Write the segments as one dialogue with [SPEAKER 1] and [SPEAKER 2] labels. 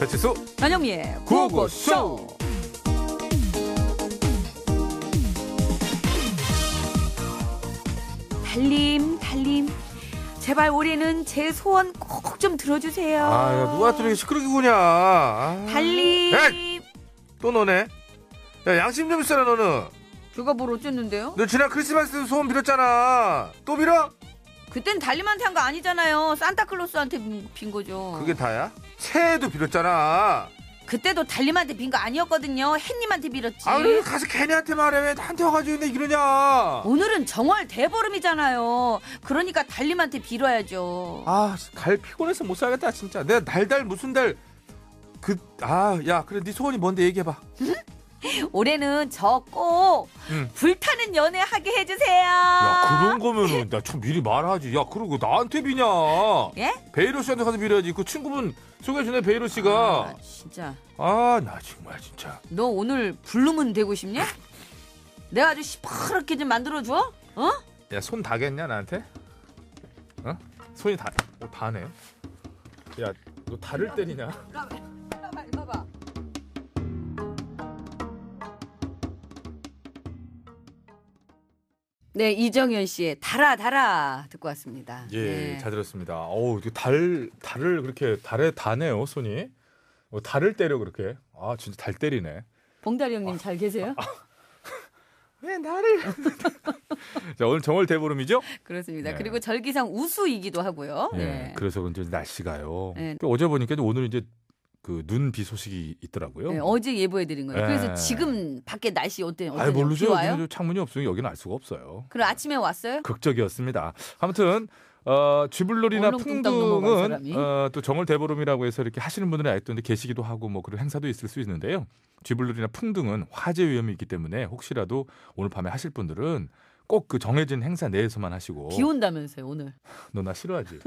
[SPEAKER 1] 배치수
[SPEAKER 2] 전영미의
[SPEAKER 1] 구호구쇼.
[SPEAKER 2] 구호구쇼. 달님, 달님. 제발 올해는 제 소원 꼭 좀 들어주세요.
[SPEAKER 1] 아 야, 누가 또 이렇게 시끄럽게 구냐 아, 에이!
[SPEAKER 2] 달님.
[SPEAKER 1] 또 너네 야 양심 좀 있어라 너는
[SPEAKER 2] 누가 뭘 어쨌는데요?
[SPEAKER 1] 너 지난 크리스마스 소원 빌었잖아 또 빌어?
[SPEAKER 2] 그땐 달님한테 한 거 아니잖아요. 산타클로스한테 빈- 빈 거죠.
[SPEAKER 1] 그게 다야? 새해에도 빌었잖아
[SPEAKER 2] 어. 그때도 달님한테 빈 거 아니었거든요. 햇님한테 빌었지.
[SPEAKER 1] 아왜 가서 걔네한테 말해 왜 나한테 와가지고 내 이러냐
[SPEAKER 2] 오늘은 정월 대보름이잖아요. 그러니까 달님한테 빌어야죠.
[SPEAKER 1] 아 달 피곤해서 못 살겠다 진짜 내가 날달 무슨 달 그 아 야 그래 네 소원이 뭔데 얘기해봐
[SPEAKER 2] 올해는 저 꼭
[SPEAKER 1] 응.
[SPEAKER 2] 불타는 연애 하게 해주세요.
[SPEAKER 1] 음. 야 그런 거면은 나 좀 미리 말하지 야 그러고 나한테 비냐
[SPEAKER 2] 예?
[SPEAKER 1] 베이로 씨한테 가서 빌어야지 그 친구분 소개해주네 베이로 씨가
[SPEAKER 2] 아, 진짜
[SPEAKER 1] 아 나 정말 진짜
[SPEAKER 2] 너 오늘 블루문 되고 싶냐? 내가 아주 시퍼렇게 좀 만들어줘. 어?
[SPEAKER 1] 야 손 다겠냐 나한테? 어? 손이 다 어, 다네 야 너 달을 때리냐
[SPEAKER 2] 봐봐, 봐봐, 봐봐. 네, 이정현 씨의 달아 달아 듣고 왔습니다. 네.
[SPEAKER 1] 예잘 들었습니다 어우 이게 달 달을 그렇게 달에 다네요 손이 어, 달을 때려 그렇게 아 진짜 달 때리네
[SPEAKER 2] 봉다리 형님 잘 계세요?
[SPEAKER 1] 왜 나를 자 오늘 정월 대보름이죠?
[SPEAKER 2] 그렇습니다.
[SPEAKER 1] 네.
[SPEAKER 2] 그리고 절기상 우수이기도 하고요.
[SPEAKER 1] 예.
[SPEAKER 2] 네.
[SPEAKER 1] 그래서 그런지 날씨가요.
[SPEAKER 2] 네.
[SPEAKER 1] 또그 어제 보니까 오늘 이제 그 눈 비 소식이 있더라고요.
[SPEAKER 2] 네, 어제 예보해드린 거예요. 그래서
[SPEAKER 1] 네.
[SPEAKER 2] 지금 밖에 날씨 어때?
[SPEAKER 1] 아예
[SPEAKER 2] 어때요?
[SPEAKER 1] 모르죠.
[SPEAKER 2] 비 와요?
[SPEAKER 1] 여기는 창문이 없으니 여기는 알 수가 없어요.
[SPEAKER 2] 그럼 아침에 왔어요?
[SPEAKER 1] 극적이었습니다. 아무튼 어, 쥐불놀이나
[SPEAKER 2] 얼렁뚱땅 넘어간 사람이.
[SPEAKER 1] 풍등은 어, 또 정월 대보름이라고 해서 이렇게 하시는 분들이 아직도 계시기도 하고 뭐 그런 행사도 있을 수 있는데요. 쥐불놀이나 풍등은 화재 위험이 있기 때문에 혹시라도 오늘 밤에 하실 분들은 꼭 그 정해진 행사 내에서만 하시고
[SPEAKER 2] 비 온다면서요 오늘.
[SPEAKER 1] 너 나 싫어하지?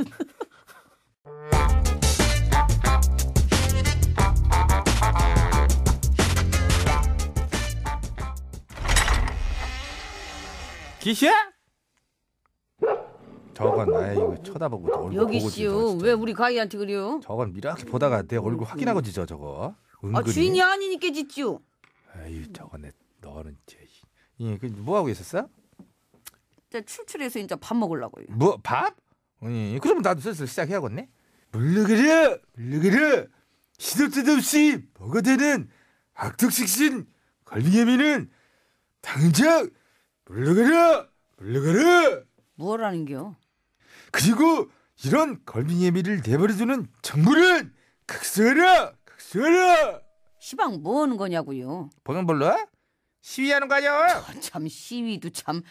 [SPEAKER 1] 기시야?
[SPEAKER 3] 저건 아이 이거 쳐다보고 얼굴
[SPEAKER 2] 여기
[SPEAKER 3] 보고
[SPEAKER 2] 씨요.
[SPEAKER 3] 짖어, 진짜.
[SPEAKER 2] 왜 우리 가희한테 그래요?
[SPEAKER 3] 저건 미라키 보다가 내 얼굴 확인하고 짖어 저거
[SPEAKER 2] 아,
[SPEAKER 3] 은근히
[SPEAKER 2] 주인이 아니니까 짓지요.
[SPEAKER 3] 아유 저건 내- 너는 이제 이뭐 하고 있었어?
[SPEAKER 2] 진짜 출출해서 이제 밥 먹으려고요.
[SPEAKER 3] 뭐 밥? 아니 그럼 나도 슬슬 시작해야겠네 물르그르 물르그르 시도 때도 없이 먹어대는 악덕식신 걸빙애미는 당장 물르그르 물르그르
[SPEAKER 2] 뭐라는겨?
[SPEAKER 3] 그리고 이런 걸빙애미를 내버려두는 정부는 각서라 각서라
[SPEAKER 2] 시방 뭐 하는 거냐고요.
[SPEAKER 3] 보면 몰라? 시위하는 거야
[SPEAKER 2] 아, 참 시위도 참.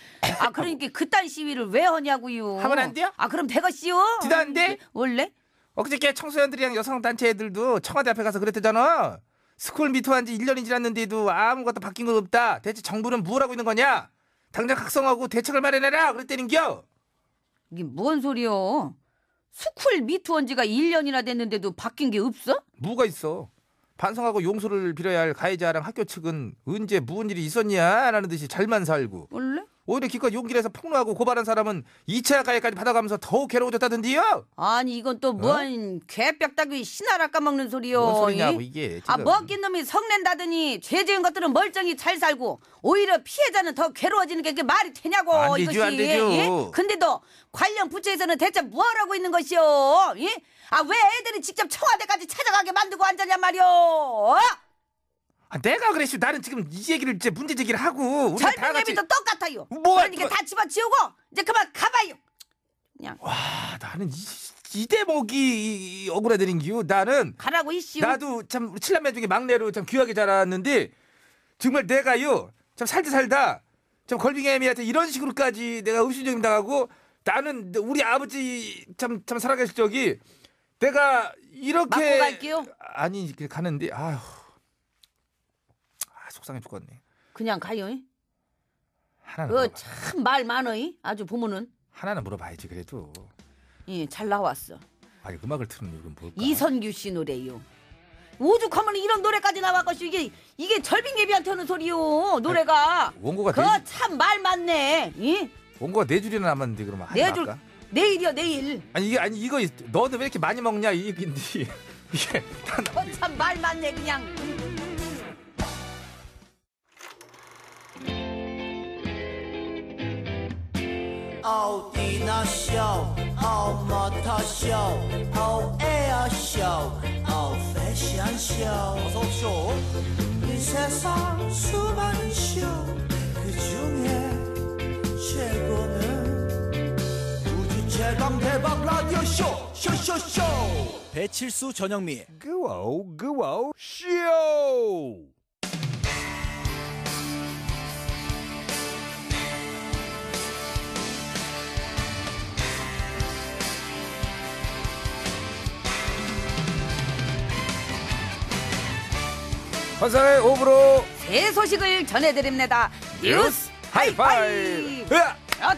[SPEAKER 2] 아 그러니까 그딴 시위를 왜 하냐고요.
[SPEAKER 3] 하면 안 돼요?
[SPEAKER 2] 아 그럼 배가 씨요.
[SPEAKER 3] 지도 안 돼?
[SPEAKER 2] 원래?
[SPEAKER 3] 엊그저께 청소년들이랑 여성단체 애들도 청와대 앞에 가서 그랬대잖아 스쿨 미투한 지 1년이 지났는데도 아무것도 바뀐 거 없다 대체 정부는 뭘 하고 있는 거냐 당장 각성하고 대책을 마련해라 그랬다는겨
[SPEAKER 2] 이게 뭔 소리요? 수쿨 미투한 지가 1년이나 됐는데도 바뀐 게 없어?
[SPEAKER 3] 무가 있어 반성하고 용서를 빌어야 할 가해자랑 학교 측은 언제 무슨 일이 있었냐 라는 듯이 잘만 살고
[SPEAKER 2] 원래?
[SPEAKER 3] 오히려 기껏 용기를 해서 폭로하고 고발한 사람은 2차 가해까지 받아가면서 더욱 괴로워졌다던데요.
[SPEAKER 2] 아니 이건 또 뭔 개벽다귀 신하라 까먹는 소리요.
[SPEAKER 3] 어? 뭔 소리냐고
[SPEAKER 2] 이?
[SPEAKER 3] 이게. 지금.
[SPEAKER 2] 아 먹긴 놈이 성낸다더니 죄 지은 것들은 멀쩡히 잘 살고 오히려 피해자는 더 괴로워지는 게 그게 말이 되냐고
[SPEAKER 3] 안 되죠,
[SPEAKER 2] 이것이.
[SPEAKER 3] 안 되죠.
[SPEAKER 2] 예? 근데도 관련 부처에서는 대체 뭐하라고 있는 것이요? 예? 아왜 애들이 직접 청와대까지 찾아가게 만들고 앉았냔 말이요? 어?
[SPEAKER 3] 아, 내가 그랬어. 나는 지금 이 얘기를 이제 문제 제기를 하고 우리가 다 같이.
[SPEAKER 2] 절대개미도 똑같아요.
[SPEAKER 3] 뭐가
[SPEAKER 2] 그러니까
[SPEAKER 3] 또-
[SPEAKER 2] 다 집어치우고 이제 그만 가봐요. 그냥
[SPEAKER 3] 와 아, 나는 이, 이 대목이 이- 이 억울하다는 기요. 나는
[SPEAKER 2] 가라고 이씨요.
[SPEAKER 3] 나도 참 우리 칠남매 중에 막내로 참 귀하게 자랐는데 정말 내가요 참 살다 살다 참 걸빙애미한테 이런 식으로까지 내가 음식적임 당하고 나는 우리 아버지 참 참 살아계실 적이 내가
[SPEAKER 2] 맞고
[SPEAKER 3] 이렇게
[SPEAKER 2] 갈게요.
[SPEAKER 3] 아니 이렇게 가는데 아휴 아, 속상해 죽겠네.
[SPEAKER 2] 그냥 가요. 예?
[SPEAKER 3] 하나는 물어봐.
[SPEAKER 2] 그 참 말 많어이 아주 보면은
[SPEAKER 3] 하나는 물어봐야지 그래도.
[SPEAKER 2] 예, 잘 나왔어
[SPEAKER 3] 아니 음악을 트는 이유는 뭘까?
[SPEAKER 2] 이선규 씨 노래요 오죽하면 이런 노래까지 나왔겠어 이게 이게 절빙예비한테 하는 소리요 노래가
[SPEAKER 3] 원고가 네,
[SPEAKER 2] 그 참 말 많네 예?
[SPEAKER 3] 원고가 네 줄이나 남았는데 그러면 하나
[SPEAKER 2] 내줄
[SPEAKER 3] 할까?
[SPEAKER 2] 내일이요 내일
[SPEAKER 3] 아니 이게 아니 이거 있- 너는 왜 이렇게 많이 먹냐 이긴데
[SPEAKER 1] 이게 다 나-
[SPEAKER 2] 어참 말만 내 그냥.
[SPEAKER 4] Oh, Dina Show. Oh, Motor Show. Oh, Air Show. Oh, Fashion Show. 이 세상 수많은 쇼. 그 중에 최고는 우주 최강 대박 라디오 쇼. 쇼쇼쇼. 배칠수 전영미.
[SPEAKER 1] 그와우 그와우 쇼 환상의 오브로
[SPEAKER 2] 새 소식을 전해드립니다. 뉴스 하이파이.
[SPEAKER 1] 하이파이브 으아!
[SPEAKER 2] 그렇다.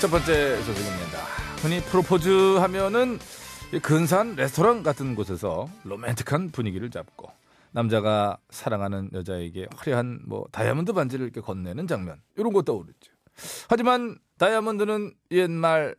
[SPEAKER 1] 첫 번째 소식입니다. 흔히 프로포즈 하면은 이 근사한 레스토랑 같은 곳에서 로맨틱한 분위기를 잡고 남자가 사랑하는 여자에게 화려한 뭐 다이아몬드 반지를 이렇게 건네는 장면 이런 거 떠오르죠. 하지만 다이아몬드는 옛말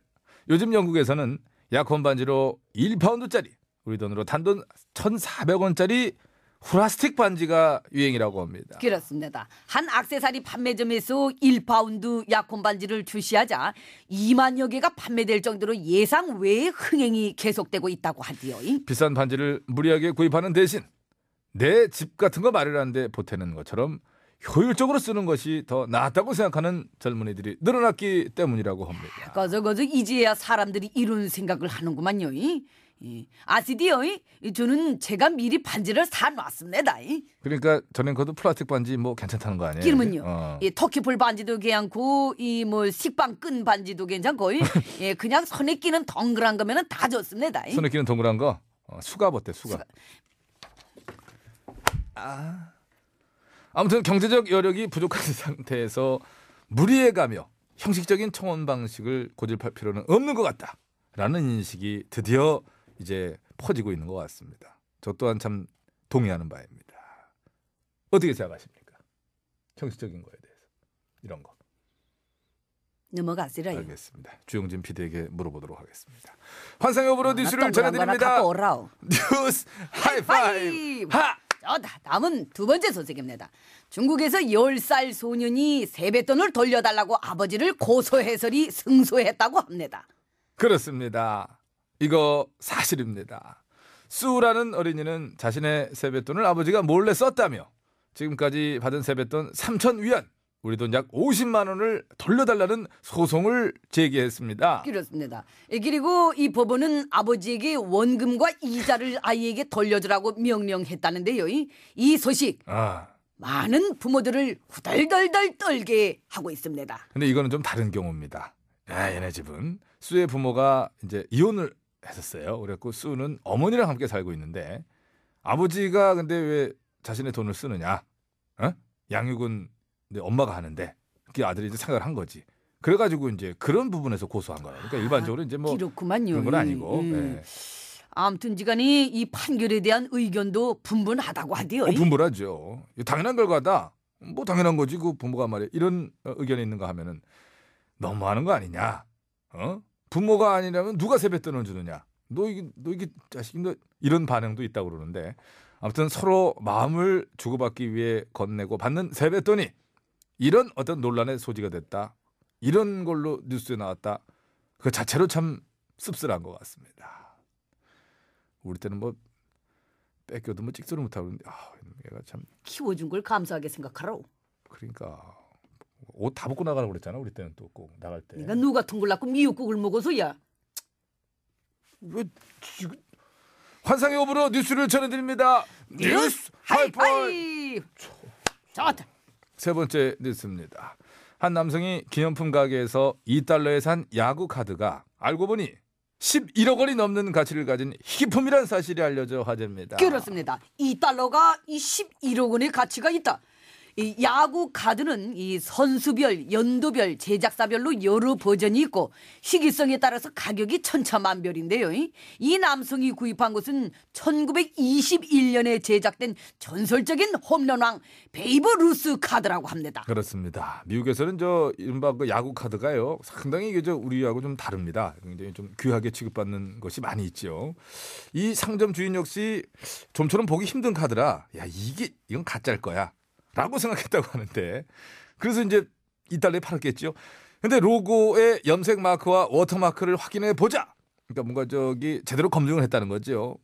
[SPEAKER 1] 요즘 영국에서는 약혼 반지로 1파운드짜리 우리 돈으로 단돈 1,400원짜리 후라스틱 반지가 유행이라고 합니다.
[SPEAKER 2] 그렇습니다. 한 악세사리 판매점에서 1파운드 약혼 반지를 출시하자 2만여 개가 판매될 정도로 예상 외의 흥행이 계속되고 있다고 하지요.
[SPEAKER 1] 비싼 반지를 무리하게 구입하는 대신 내 집 같은 거 마련하는데 보태는 것처럼 효율적으로 쓰는 것이 더 낫다고 생각하는 젊은이들이 늘어났기 때문이라고 합니다.
[SPEAKER 2] 거저거저 이제야 사람들이 이런 생각을 하는구만요. 아시디요? 저는 제가 미리 반지를 사놨습니다. 이.
[SPEAKER 1] 그러니까 전엔커도 플라스틱 반지 뭐 괜찮다는 거 아니에요?
[SPEAKER 2] 기름은요. 예,
[SPEAKER 1] 어.
[SPEAKER 2] 이 터키풀 반지도 괜찮고 이 뭐 식빵 끈 반지도 괜찮고 이. 예, 그냥 손에 끼는 덩그란 거면은 다 좋습니다. 이.
[SPEAKER 1] 손에 끼는 동그란 거 어, 수갑 어때 예? 수갑? 아. 아무튼 경제적 여력이 부족한 상태에서 무리해가며 형식적인 청원 방식을 고집할 필요는 없는 것 같다라는 인식이 드디어 이제 퍼지고 있는 것 같습니다. 저 또한 참 동의하는 바입니다. 어떻게 생각하십니까? 형식적인 거에 대해서 이런 거. 네.
[SPEAKER 2] 넘어가시라. 이.
[SPEAKER 1] 알겠습니다. 주영진 PD에게 물어보도록 하겠습니다. 환상의 오브로 뉴스를
[SPEAKER 2] 나 동그란 거나
[SPEAKER 1] 전해드립니다.
[SPEAKER 2] 갖고 오라오.
[SPEAKER 1] 뉴스 하이파이브 하!
[SPEAKER 2] 저다 다음은 두 번째 소식입니다. 중국에서 10살 소년이 세뱃돈을 돌려달라고 아버지를 고소해설이 승소했다고 합니다.
[SPEAKER 1] 그렇습니다. 이거 사실입니다. 수라는 어린이는 자신의 세뱃돈을 아버지가 몰래 썼다며 지금까지 받은 세뱃돈 3천 위안 우리 돈 약 50만 원을 돌려달라는 소송을 제기했습니다.
[SPEAKER 2] 그렇습니다. 예, 그리고 이 법원은 아버지에게 원금과 이자를 아이에게 돌려주라고 명령했다는데요. 이- 이 소식
[SPEAKER 1] 아,
[SPEAKER 2] 많은 부모들을 후덜덜덜 떨게 하고 있습니다.
[SPEAKER 1] 근데 이거는 좀 다른 경우입니다. 야, 얘네 집은 수의 부모가 이제 이혼을 했었어요. 그래갖고 수는 어머니랑 함께 살고 있는데 아버지가 근데 왜 자신의 돈을 쓰느냐? 어? 양육은 이제 엄마가 하는데 그 아들이 이제 생각을 한 거지. 그래가지고 이제 그런 부분에서 고소한 거예요. 그러니까 일반적으로 이제 뭐
[SPEAKER 2] 그렇구만요.
[SPEAKER 1] 그런 건 아니고.
[SPEAKER 2] 음.
[SPEAKER 1] 예.
[SPEAKER 2] 아무튼지간에 이 판결에 대한 의견도 분분하다고 하디요.
[SPEAKER 1] 어, 분분하죠. 이거 당연한 결과다. 뭐 당연한 거지. 그 부모가 말이야. 이런 어, 의견이 있는가 하면은 너무하는 거 아니냐. 어? 부모가 아니라면 누가 세뱃돈을 주느냐. 너 이게 너 이게 자식이 너 이런 반응도 있다고 그러는데 아무튼 서로 마음을 주고받기 위해 건네고 받는 세뱃돈이 이런 어떤 논란의 소지가 됐다. 이런 걸로 뉴스에 나왔다. 그 자체로 참 씁쓸한 것 같습니다. 우리 때는 뭐 뺏겨도 뭐 찍소리 못하고 그러는데 아 얘가 참
[SPEAKER 2] 키워준 걸 감사하게 생각하라고.
[SPEAKER 1] 그러니까 옷 다 벗고 나가라고 그랬잖아 우리 때는 또 꼭 나갈 때
[SPEAKER 2] 내가 누가 통굴 낳고 미역국을 먹어서야.
[SPEAKER 1] 왜 지금 환상의 오브로 뉴스를 전해드립니다 뉴스 하이파이
[SPEAKER 2] 하이파이. 좋다.
[SPEAKER 1] 세 번째 뉴스입니다 한 남성이 기념품 가게에서 2달러에 산 야구 카드가 알고 보니 11억 원이 넘는 가치를 가진 희귀품이란 사실이 알려져 화제입니다
[SPEAKER 2] 그렇습니다. 이 달러가 이 11억 원의 가치가 있다. 이 야구 카드는 이 선수별, 연도별, 제작사별로 여러 버전이 있고 시기성에 따라서 가격이 천차만별인데요. 이 남성이 구입한 것은 1921년에 제작된 전설적인 홈런왕 베이브 루스 카드라고 합니다.
[SPEAKER 1] 그렇습니다. 미국에서는 저 이른바 그 야구 카드가요 상당히 이게 저 우리하고 좀 다릅니다. 굉장히 좀 귀하게 취급받는 것이 많이 있죠. 이 상점 주인 역시 좀처럼 보기 힘든 카드라 야 이게 이건 가짜일 거야라고 생각했다고 하는데 그래서 이제 이달러에 팔았겠죠. 근데 로고의 염색 마크와 워터마크를 확인해 보자. 그러니까 뭔가 저기 제대로 검증을 했다는 거죠.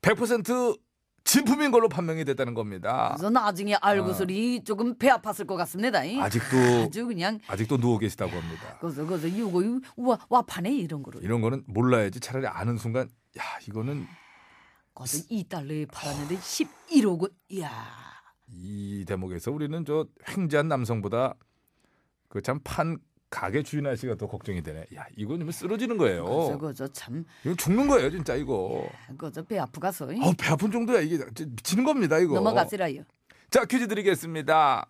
[SPEAKER 1] 100% 진품인 걸로 판명이 됐다는 겁니다.
[SPEAKER 2] 그래서 나중에 알고서리 조금 배 아. 아팠을 것 같습니다.
[SPEAKER 1] 아직도
[SPEAKER 2] 아주 그냥
[SPEAKER 1] 아직도 누워 계시다고 합니다.
[SPEAKER 2] 그래서 그래서 이거 이거 와 와판에 이런 거를
[SPEAKER 1] 이런 거는 몰라야지 차라리 아는 순간 야 이거는
[SPEAKER 2] 그래서 2달러에 팔았는데 11억 원. 이야.
[SPEAKER 1] 이 대목에서 우리는 저 횡재한 남성보다 그 참 판 가게 주인 아저씨가 더 걱정이 되네. 야 이건 면 쓰러지는
[SPEAKER 2] 그래서
[SPEAKER 1] 거예요.
[SPEAKER 2] 그저 참
[SPEAKER 1] 이건 죽는 거예요 진짜 이거.
[SPEAKER 2] 그저 배 아프가서
[SPEAKER 1] 어, 배 아픈 정도야 이게 진짜 미치는 겁니다 이거.
[SPEAKER 2] 네. 넘어가시라요.
[SPEAKER 1] 자 퀴즈 드리겠습니다.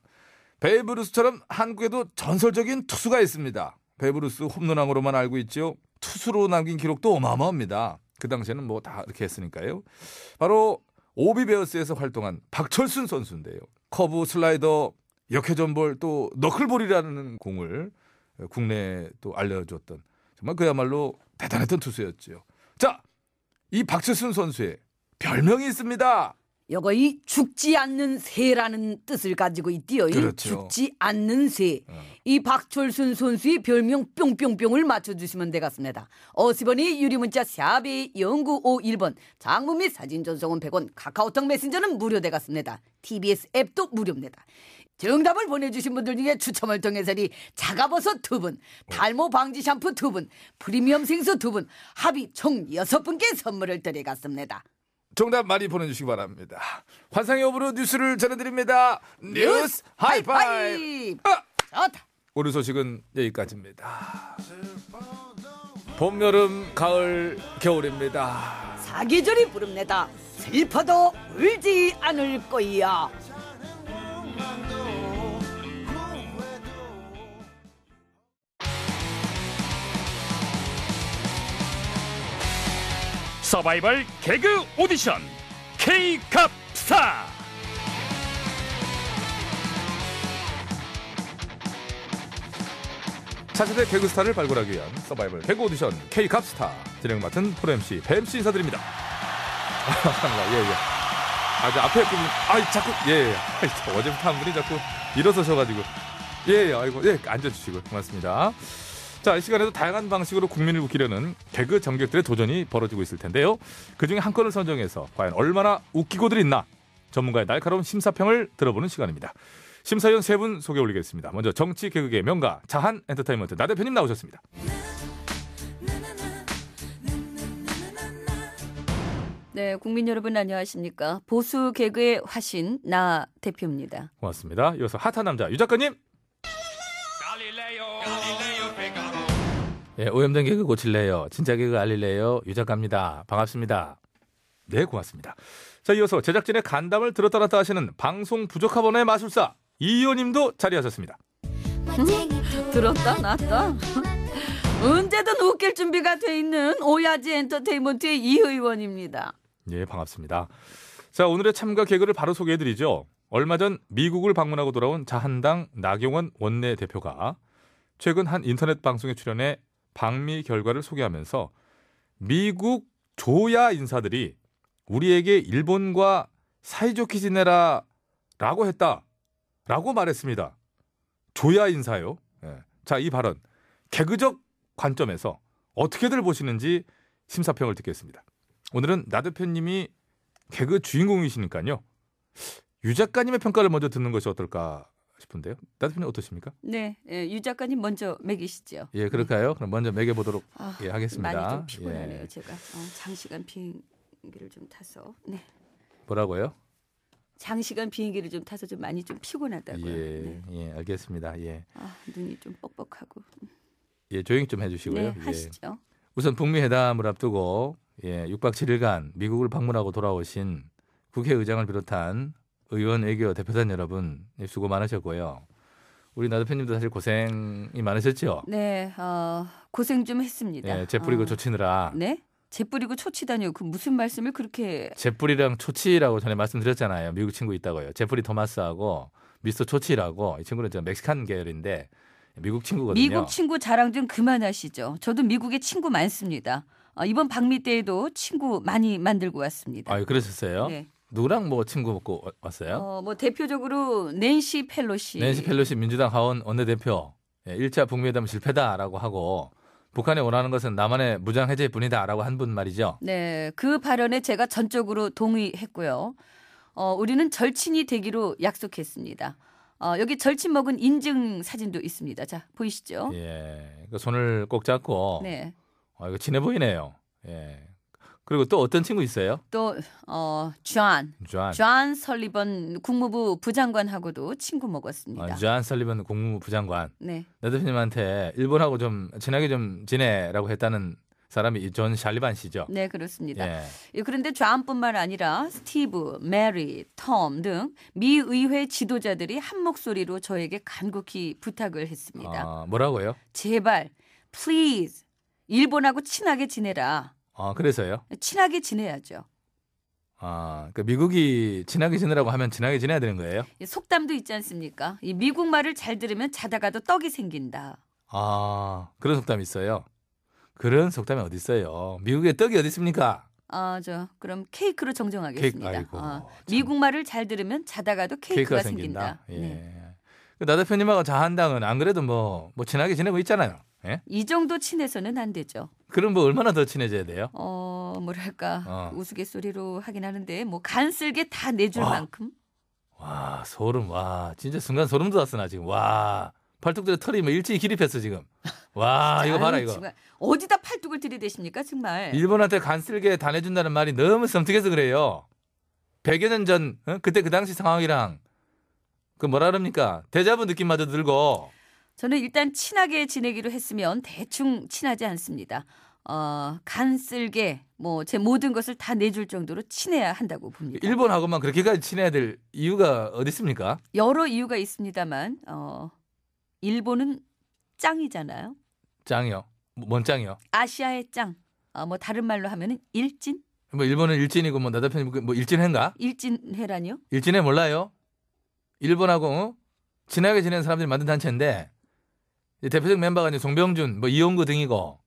[SPEAKER 1] 베이브루스처럼 한국에도 전설적인 투수가 있습니다. 베이브루스 홈런왕으로만 알고 있죠. 투수로 남긴 기록도 어마어마합니다. 그 당시에는 뭐 다 이렇게 했으니까요. 바로 오비베어스에서 활동한 박철순 선수인데요. 커브, 슬라이더, 역회전볼 또 너클볼이라는 공을 국내에 또 알려줬던 정말 그야말로 대단했던 투수였죠. 자, 이 박철순 선수의 별명이 있습니다.
[SPEAKER 2] 요거 이 죽지 않는 새라는 뜻을 가지고 있디요. 이
[SPEAKER 1] 그렇죠. 어.
[SPEAKER 2] 죽지 않는 새. 이 박철순 선수의 별명 뿅뿅뿅을 맞춰주시면 되겠습니다. 어시번이 유리문자 샵이 0951번 장문 및 사진 전송은 100원 카카오톡 메신저는 무료 되겠습니다. TBS 앱도 무료입니다. 정답을 보내주신 분들 중에 추첨을 통해서 이 자가버섯 두 분, 탈모 방지 샴푸 두 분, 프리미엄 생수 두 분, 합의 총 여섯 분께 선물을 드리겠습니다.
[SPEAKER 1] 정답 많이 보내주시기 바랍니다. 환상의 오브로 뉴스를 전해드립니다. 뉴스 하이파이브. 아!
[SPEAKER 2] 좋다.
[SPEAKER 1] 오늘 소식은 여기까지입니다. 봄, 여름, 가을, 겨울입니다.
[SPEAKER 2] 사계절이 부릅니다. 슬퍼도 울지 않을 거야.
[SPEAKER 5] 서바이벌 개그 오디션 K캅스타
[SPEAKER 1] 차세대 개그스타를 발굴하기 위한 서바이벌 개그 오디션 K캅스타 진행 맡은 프로 MC 뱀씨 인사드립니다. 아, 예, 예. 아, 저 앞에 분이, 아, 자꾸, 예, 예. 아이, 저 어제부터 한 분이 자꾸 일어서셔가지고. 예, 예, 아이고, 예, 앉아주시고. 고맙습니다. 자, 이 시간에도 다양한 방식으로 국민을 웃기려는 개그 전객들의 도전이 벌어지고 있을 텐데요. 그 중에 한 건을 선정해서 과연 얼마나 웃기고들 있나 전문가의 날카로운 심사평을 들어보는 시간입니다. 심사위원 세 분 소개 올리겠습니다. 먼저 정치 개그계 명가 자한 엔터테인먼트 나 대표님 나오셨습니다.
[SPEAKER 6] 네, 국민 여러분 안녕하십니까? 보수 개그의 화신 나 대표입니다.
[SPEAKER 1] 고맙습니다. 이어서 핫한 남자 유 작가님. 예, 오염된 개그 고칠래요. 진짜 개그 알릴래요. 유 작가입니다. 반갑습니다. 네, 고맙습니다. 자, 이어서 제작진의 간담을 들었다 놨다 하시는 방송 부족하번의 마술사 이 의원님도 자리하셨습니다.
[SPEAKER 6] 들었다 놨다. 언제든 웃길 준비가 돼 있는 오야지 엔터테인먼트의 이 의원입니다.
[SPEAKER 1] 예, 반갑습니다. 자, 오늘의 참가 개그를 바로 소개해드리죠. 얼마 전 미국을 방문하고 돌아온 자한당 나경원 원내대표가 최근 한 인터넷 방송에 출연해 방미 결과를 소개하면서 미국 조야 인사들이 우리에게 일본과 사이좋게 지내라 라고 했다 라고 말했습니다. 조야 인사요. 예. 자, 이 발언 개그적 관점에서 어떻게들 보시는지 심사평을 듣겠습니다. 오늘은 나 대표님이 개그 주인공이시니까요. 유 작가님의 평가를 먼저 듣는 것이 어떨까 싶은데요. 나 대표님 어떠십니까?
[SPEAKER 6] 네, 예, 유 작가님 먼저 먹이시죠.
[SPEAKER 1] 예, 그럴까요? 그럼 먼저 매겨 보도록
[SPEAKER 6] 음. 아,
[SPEAKER 1] 예, 하겠습니다.
[SPEAKER 6] 많이 좀 피곤하네요,
[SPEAKER 1] 예.
[SPEAKER 6] 제가. 어, 장시간 비행기를 좀 타서. 네.
[SPEAKER 1] 뭐라고요?
[SPEAKER 6] 장시간 비행기를 좀 타서 좀 많이 좀 피곤하다고요. 네.
[SPEAKER 1] 예, 예, 알겠습니다. 예,
[SPEAKER 6] 아, 눈이 좀 뻑뻑하고.
[SPEAKER 1] 예, 조용히 좀
[SPEAKER 6] 네,
[SPEAKER 1] 해주시고요. 예.
[SPEAKER 6] 하시죠.
[SPEAKER 1] 우선 북미 회담을 앞두고 예, 6박 7일간 미국을 방문하고 돌아오신 국회의장을 비롯한 의원 애교 대표단 여러분 수고 많으셨고요. 우리 나도 팬님도 사실 고생이 많으셨죠.
[SPEAKER 6] 네, 어, 고생 좀 했습니다.
[SPEAKER 1] 예, 재 뿌리고
[SPEAKER 6] 어,
[SPEAKER 1] 조치느라.
[SPEAKER 6] 네? 재 뿌리고 초치다니요. 그 무슨 말씀을 그렇게
[SPEAKER 1] 재 뿌리랑 초치라고 전에 말씀드렸잖아요. 미국 친구 있다고요. 재 뿌리 토마스하고 미스터 초치라고 이 친구는 저 멕시칸 계열인데 미국 친구거든요.
[SPEAKER 6] 미국 친구 자랑 좀 그만하시죠. 저도 미국에 친구 많습니다. 어, 이번 방미 때에도 친구 많이 만들고 왔습니다.
[SPEAKER 1] 아, 그러셨어요?
[SPEAKER 6] 네.
[SPEAKER 1] 누구랑 뭐 친구 먹고 와- 왔어요?
[SPEAKER 6] 어, 예. 뭐 대표적으로 낸시 펠로시.
[SPEAKER 1] 낸시 펠로시 민주당 하원 원내대표 예, 1차 북미회담 실패다라고 하고 북한이 원하는 것은 남한의 무장 해제뿐이다라고 한 분 말이죠.
[SPEAKER 6] 네, 그 발언에 제가 전적으로 동의했고요. 어, 우리는 절친이 되기로 약속했습니다. 어, 여기 절친 먹은 인증 사진도 있습니다. 자, 보이시죠?
[SPEAKER 1] 예, 그 손을 꼭 잡고
[SPEAKER 6] 어? 네.
[SPEAKER 1] 어, 이거 친해 보이네요. 예. 그리고 또 어떤 친구 있어요?
[SPEAKER 6] 또 어, 존,
[SPEAKER 1] 존.
[SPEAKER 6] 존 설리번 국무부 부장관하고도 친구 먹었습니다.
[SPEAKER 1] 어, 존 설리번 국무부 장관.
[SPEAKER 6] 네.
[SPEAKER 1] 내 대표님한테 일본하고 좀 친하게 좀 지내라고 했다는 사람이 이존 샬리반 씨죠.
[SPEAKER 6] 네, 그렇습니다.
[SPEAKER 1] 예.
[SPEAKER 6] 예, 그런데 좌안뿐만 아니라 스티브, 메리, 톰 등 미 의회 지도자들이 한 목소리로 저에게 간곡히 부탁을 했습니다.
[SPEAKER 1] 어, 뭐라고요?
[SPEAKER 6] 제발, please, 일본하고 친하게 지내라.
[SPEAKER 1] 어, 그래서요.
[SPEAKER 6] 친하게 지내야죠.
[SPEAKER 1] 아, 그 미국이 친하게 지내라고 하면 친하게 지내야 되는 거예요?
[SPEAKER 6] 이 속담도 있지 않습니까? 이 미국 말을 잘 들으면 자다가도 떡이 생긴다.
[SPEAKER 1] 아, 그런 속담이 있어요. 그런 속담이 어디 있어요? 미국의 떡이 어디 있습니까?
[SPEAKER 6] 아, 저 그럼 케이크로 정정하겠습니다.
[SPEAKER 1] 케이크, 아이고,
[SPEAKER 6] 아,
[SPEAKER 1] 참.
[SPEAKER 6] 미국 말을 잘 들으면 자다가도 케이크가, 생긴다.
[SPEAKER 1] 예.
[SPEAKER 6] 네.
[SPEAKER 1] 그 나 대표님하고 자한당은 안 그래도 뭐, 뭐 친하게 지내고 있잖아요. 예?
[SPEAKER 6] 이 정도 친해서는 안 되죠.
[SPEAKER 1] 그럼 뭐 얼마나 더 친해져야 돼요?
[SPEAKER 6] 어 뭐랄까
[SPEAKER 1] 어.
[SPEAKER 6] 우스갯소리로 하긴 하는데 뭐 간쓸게 다 내줄
[SPEAKER 1] 와.
[SPEAKER 6] 만큼
[SPEAKER 1] 와, 소름, 와. 진짜 순간 소름 돋았어, 나 지금. 와. 팔뚝들의 털이 뭐 일찍이 기립했어, 지금. 와, 이거
[SPEAKER 6] 아유,
[SPEAKER 1] 봐라, 이거.
[SPEAKER 6] 정말 어디다 팔뚝을 들이대십니까 정말
[SPEAKER 1] 일본한테 간쓸게 다내준다는 말이 너무 섬뜩해서 그래요. 100여 년 전, 어? 그때 그 당시 상황이랑, 그 뭐라 그럽니까? 대자부 느낌마저 들고,
[SPEAKER 6] 저는 일단 친하게 지내기로 했으면 대충 친하지 않습니다 어 간쓸게 뭐 제 모든 것을 다 내줄 정도로 친해야 한다고 봅니다
[SPEAKER 1] 일본하고만 그렇게까지 친해야 될 이유가 어디 있습니까?
[SPEAKER 6] 여러 이유가 있습니다만 어 일본은 짱이잖아요
[SPEAKER 1] 짱이요. 뭐, 뭔 짱이요?
[SPEAKER 6] 아시아의 짱아뭐 다른 말로 하면은 일진
[SPEAKER 1] 뭐 일본은 일진이고, 뭐 나다편이 뭐 일진회인가?
[SPEAKER 6] 일진회라니요
[SPEAKER 1] 일진회 몰라요? 일본하고, 어? 친하게 지내는 사람들이 만든 단체인데, 이 대표적 멤버가 이제 송병준, 뭐 이용구 등이고,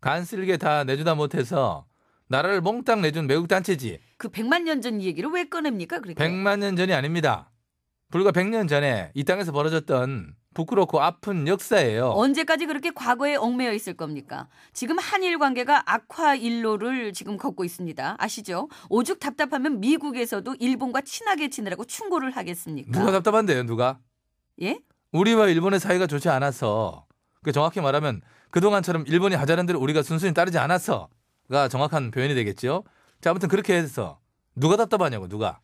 [SPEAKER 1] 간쓸게 다 내주다 못해서, 나라를 몽땅 내준 외국 단체지.
[SPEAKER 6] 그 백만 년 전 얘기를 왜 꺼냅니까 그렇게
[SPEAKER 1] 100만 년 전이 아닙니다. 불과 100년 전에 이 땅에서 벌어졌던 부끄럽고 아픈 역사예요.
[SPEAKER 6] 언제까지 그렇게 과거에 얽매여 있을 겁니까? 지금 한일 관계가 악화 일로를 지금 걷고 있습니다. 아시죠? 오죽 답답하면 미국에서도 일본과 친하게 지내라고 충고를 하겠습니까?
[SPEAKER 1] 누가 답답한데요, 누가?
[SPEAKER 6] 예?
[SPEAKER 1] 우리와 일본의 사이가 좋지 않아서 그 정확히 말하면 그동안처럼 일본이 하자는 대로 우리가 순순히 따르지 않아서가 정확한 표현이 되겠죠. 자, 아무튼 그렇게 해서 누가 답답하냐고 누가?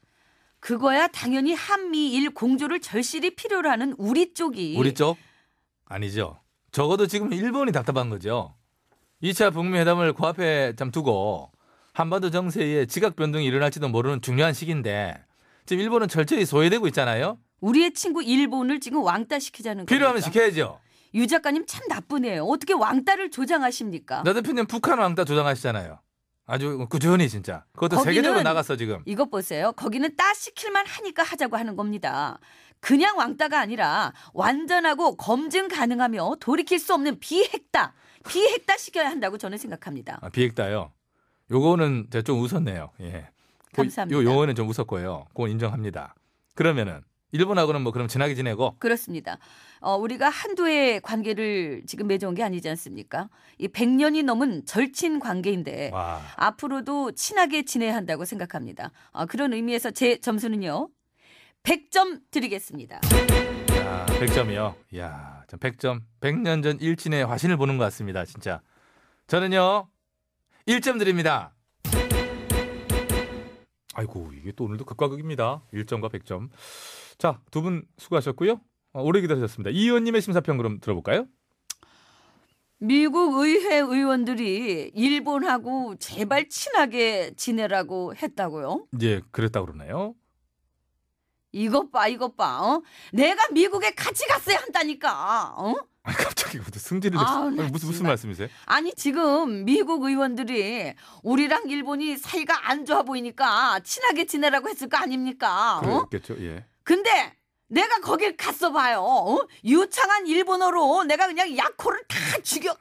[SPEAKER 6] 그거야 당연히 한미일 공조를 절실히 필요로 하는 우리 쪽이
[SPEAKER 1] 우리 쪽? 아니죠. 적어도 지금 일본이 답답한 거죠. 2차 북미 회담을 코앞에 참 두고 한반도 정세에 지각 변동이 일어날지도 모르는 중요한 시기인데 지금 일본은 철저히 소외되고 있잖아요.
[SPEAKER 6] 우리의 친구 일본을 지금 왕따 시키자는 거예요.
[SPEAKER 1] 필요하면 시켜야죠.
[SPEAKER 6] 유 작가님 참 나쁘네요. 어떻게 왕따를 조장하십니까?
[SPEAKER 1] 나 대표님 북한 왕따 조장하시잖아요. 아주 꾸준히 진짜. 그것도
[SPEAKER 6] 거기는
[SPEAKER 1] 세계적으로 나갔어 지금.
[SPEAKER 6] 이것 보세요. 거기는 따시킬만 하니까 하자고 하는 겁니다. 그냥 왕따가 아니라 완전하고 검증 가능하며 돌이킬 수 없는 비핵다. 비핵다 시켜야 한다고 저는 생각합니다.
[SPEAKER 1] 아, 비핵다요. 요거는 제가 좀 웃었네요. 예. 그
[SPEAKER 6] 감사합니다.
[SPEAKER 1] 요 용어는 좀 웃었고요. 그건 인정합니다. 그러면은 일본하고는 뭐 그럼 친하게 지내고
[SPEAKER 6] 그렇습니다. 어, 우리가 한도의 관계를 지금 맺어온 게 아니지 않습니까? 이 100년이 넘은 절친 관계인데
[SPEAKER 1] 와.
[SPEAKER 6] 앞으로도 친하게 지내야 한다고 생각합니다. 어, 그런 의미에서 제 점수는요. 100점 드리겠습니다.
[SPEAKER 1] 야, 100점이요. 야, 참 100점. 100년 전 일진의 화신을 보는 것 같습니다, 진짜. 저는요. 1점 드립니다. 아이고, 이게 또 오늘도 극과 극입니다. 1점과 100점. 자, 두 분 수고하셨고요. 어, 오래 기다리셨습니다. 이 의원님의 심사평 그럼 들어볼까요?
[SPEAKER 6] 미국 의회 의원들이 일본하고 제발 친하게 지내라고 했다고요?
[SPEAKER 1] 예, 그랬다 그러네요.
[SPEAKER 6] 이것 봐, 이것 봐. 어? 내가 미국에 같이 갔어야 한다니까. 어?
[SPEAKER 1] 아니, 갑자기 무슨 승질을
[SPEAKER 6] 아우,
[SPEAKER 1] 내시-
[SPEAKER 6] 네.
[SPEAKER 1] 아니,
[SPEAKER 6] 나
[SPEAKER 1] 무슨 무슨
[SPEAKER 6] 정말.
[SPEAKER 1] 말씀이세요?
[SPEAKER 6] 아니 지금 미국 의원들이 우리랑 일본이 사이가 안 좋아 보이니까 친하게 지내라고 했을 거 아닙니까? 어?
[SPEAKER 1] 그랬겠죠. 예.
[SPEAKER 6] 근데 내가 거길 갔어 봐요. 어? 유창한 일본어로 내가 그냥 약호를 다 죽여.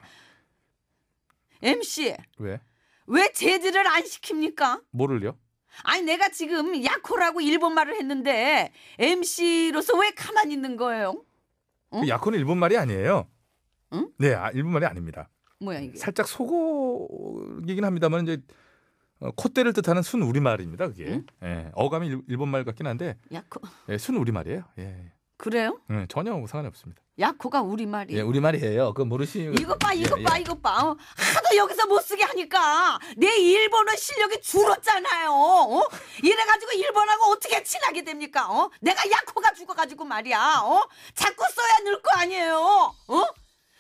[SPEAKER 6] MC
[SPEAKER 1] 왜?
[SPEAKER 6] 왜 제지를 안 시킵니까?
[SPEAKER 1] 뭐를요?
[SPEAKER 6] 아니 내가 지금 약호라고 일본 말을 했는데 MC로서 왜 가만히 있는 거예요? 응?
[SPEAKER 1] 그 약혼은 일본 말이 아니에요.
[SPEAKER 6] 응?
[SPEAKER 1] 네, 아, 일본 말이 아닙니다.
[SPEAKER 6] 뭐야 이게?
[SPEAKER 1] 살짝 속어이긴 합니다만 이제 어, 콧대를 뜻하는 순 우리 말입니다. 그게
[SPEAKER 6] 응?
[SPEAKER 1] 예, 어감이 일- 일본 말 같긴 한데
[SPEAKER 6] 약호
[SPEAKER 1] 예, 순 우리 말이에요. 예,
[SPEAKER 6] 그래요?
[SPEAKER 1] 예, 전혀 상관이 없습니다.
[SPEAKER 6] 약호가 우리 말이.
[SPEAKER 1] 예,
[SPEAKER 6] 에요
[SPEAKER 1] 우리 말이에요. 그 모르시.
[SPEAKER 6] 이것 봐, 이것
[SPEAKER 1] 예,
[SPEAKER 6] 봐, 이것 봐. 어? 하도 여기서 못 쓰게 하니까 내 일본어 실력이 줄었잖아요. 어? 이래가지고 일본하고 어떻게 친하게 됩니까? 어? 내가 약호가 죽어가지고 말이야. 어? 자꾸 써야 늘 거 아니에요. 어?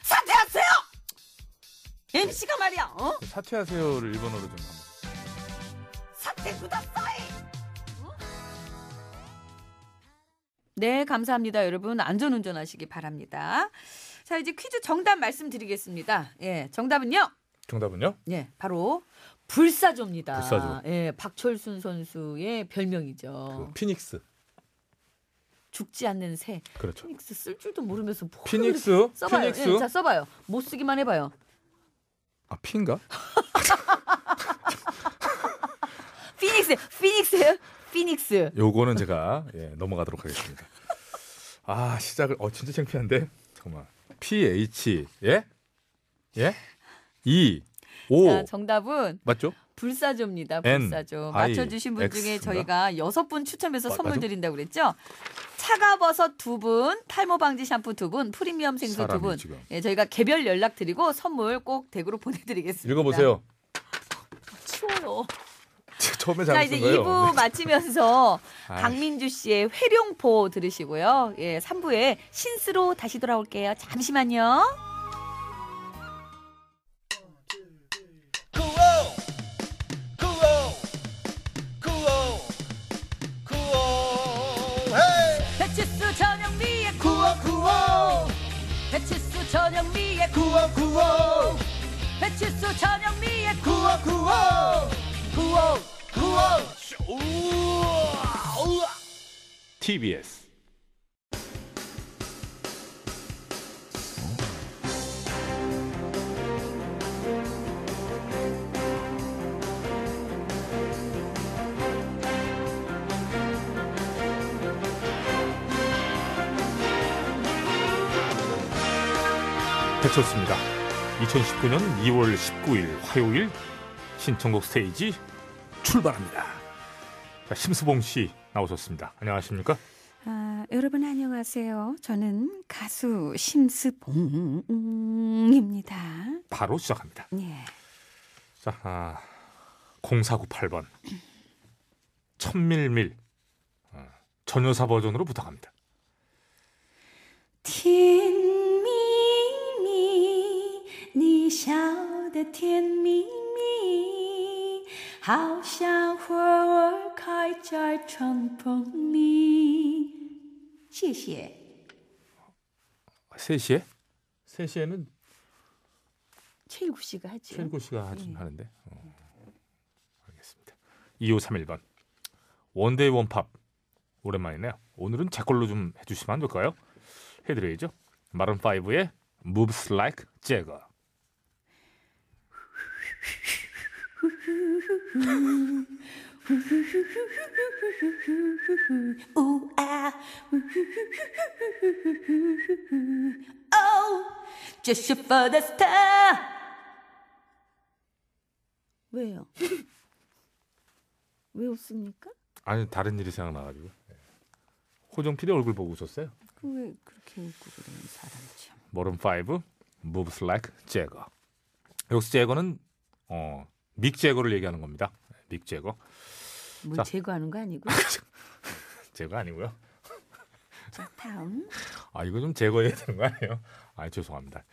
[SPEAKER 6] 사퇴하세요. MC가 말이야. 어?
[SPEAKER 1] 예. 사퇴하세요를 일본어로 좀. 한번.
[SPEAKER 6] 사퇴 구다사이. 어? 네, 감사합니다, 여러분. 안전 운전하시기 바랍니다. 자, 이제 퀴즈 정답 말씀드리겠습니다. 예, 정답은요.
[SPEAKER 1] 정답은요?
[SPEAKER 6] 예, 바로 불사조입니다.
[SPEAKER 1] 불사조.
[SPEAKER 6] 예, 박철순 선수의 별명이죠.
[SPEAKER 1] 그 피닉스.
[SPEAKER 6] 죽지 않는 새.
[SPEAKER 1] 그렇죠.
[SPEAKER 6] 피닉스 쓸 줄도 모르면서 뭘
[SPEAKER 1] 피닉스?
[SPEAKER 6] 이렇게 써봐요.
[SPEAKER 1] 피닉스?
[SPEAKER 6] 예, 자, 써봐요. 못 쓰기만 해봐요.
[SPEAKER 1] 아 피인가?
[SPEAKER 6] 피닉스, 피닉스요? 피닉스.
[SPEAKER 1] 요거는 제가 예, 넘어가도록 하겠습니다. 아 시작을 어 진짜 창피한데 정말 P H 예 예? E O
[SPEAKER 6] 자, 정답은
[SPEAKER 1] 맞죠?
[SPEAKER 6] 불사조입니다.
[SPEAKER 1] N,
[SPEAKER 6] 불사조.
[SPEAKER 1] I,
[SPEAKER 6] 맞춰주신 분 중에
[SPEAKER 1] X인가?
[SPEAKER 6] 저희가 여섯 분 추첨해서
[SPEAKER 1] 맞-
[SPEAKER 6] 선물
[SPEAKER 1] 맞아?
[SPEAKER 6] 드린다고 그랬죠? 차가버섯 두 분, 탈모 방지 샴푸 두 분, 프리미엄 생수 두
[SPEAKER 1] 사람이
[SPEAKER 6] 분.
[SPEAKER 1] 지금.
[SPEAKER 6] 예, 저희가 개별 연락 드리고 선물 꼭 댁으로 보내드리겠습니다.
[SPEAKER 1] 읽어보세요.
[SPEAKER 6] 추워요.
[SPEAKER 1] 처음에
[SPEAKER 6] 자
[SPEAKER 1] 네, 잘못
[SPEAKER 6] 이제
[SPEAKER 1] 쓴 거예요.
[SPEAKER 6] 2부 마치면서
[SPEAKER 1] 아이.
[SPEAKER 6] 강민주 씨의 회룡포 들으시고요. 예, 3부에 신스로 다시 돌아올게요. 잠시만요. 배치수 전영미의 구호 구호 배치수 전영미의 구호 구호 배치수 전영미의 구호
[SPEAKER 1] TBS 배쳤습니다. 2019년 2월 19일 화요일 신청곡 스테이지 출발합니다. 자, 심수봉 씨 나오셨습니다. 안녕하십니까?
[SPEAKER 6] 아, 여러분 안녕하세요. 저는 가수 심스봉입니다.
[SPEAKER 1] 바로 시작합니다.
[SPEAKER 6] 예.
[SPEAKER 1] 자, 아, 0498번. 천밀밀. 어, 전여사 버전으로 부탁합니다.
[SPEAKER 6] 甜蜜蜜，你笑得甜蜜蜜，好像花儿开在窗棚里。谢谢。
[SPEAKER 1] 3시에? 3시에는
[SPEAKER 6] 최일구 씨가 하죠.
[SPEAKER 1] 최일구 씨가 하긴 하는데. 어, 알겠습니다. 2531번. 원데이 원팝. 오랜만이네요. 오늘은 제 걸로 좀 해주시면 안 될까요? 해드려야죠. 마룬5의 Moves Like Jagger.
[SPEAKER 6] 우아 오 Oh, just shoot for the star 왜요? 왜 웃습니까?
[SPEAKER 1] 아니 다른 일이 생각나가지고 예. 호정필의 얼굴 보고 웃었어요.
[SPEAKER 6] 왜 그렇게 웃고 그러는 사람 참
[SPEAKER 1] 머름 5 moves like Jagger. 여기서 제거는 어, 믹 제거를 얘기하는 겁니다. 믹 제거,
[SPEAKER 6] 뭘
[SPEAKER 1] 자.
[SPEAKER 6] 제거하는 거 아니고
[SPEAKER 1] 제거 아니고요.
[SPEAKER 6] 자 다음
[SPEAKER 1] 아 이거 좀 제거해야 되는 거 아니에요? 아 죄송합니다.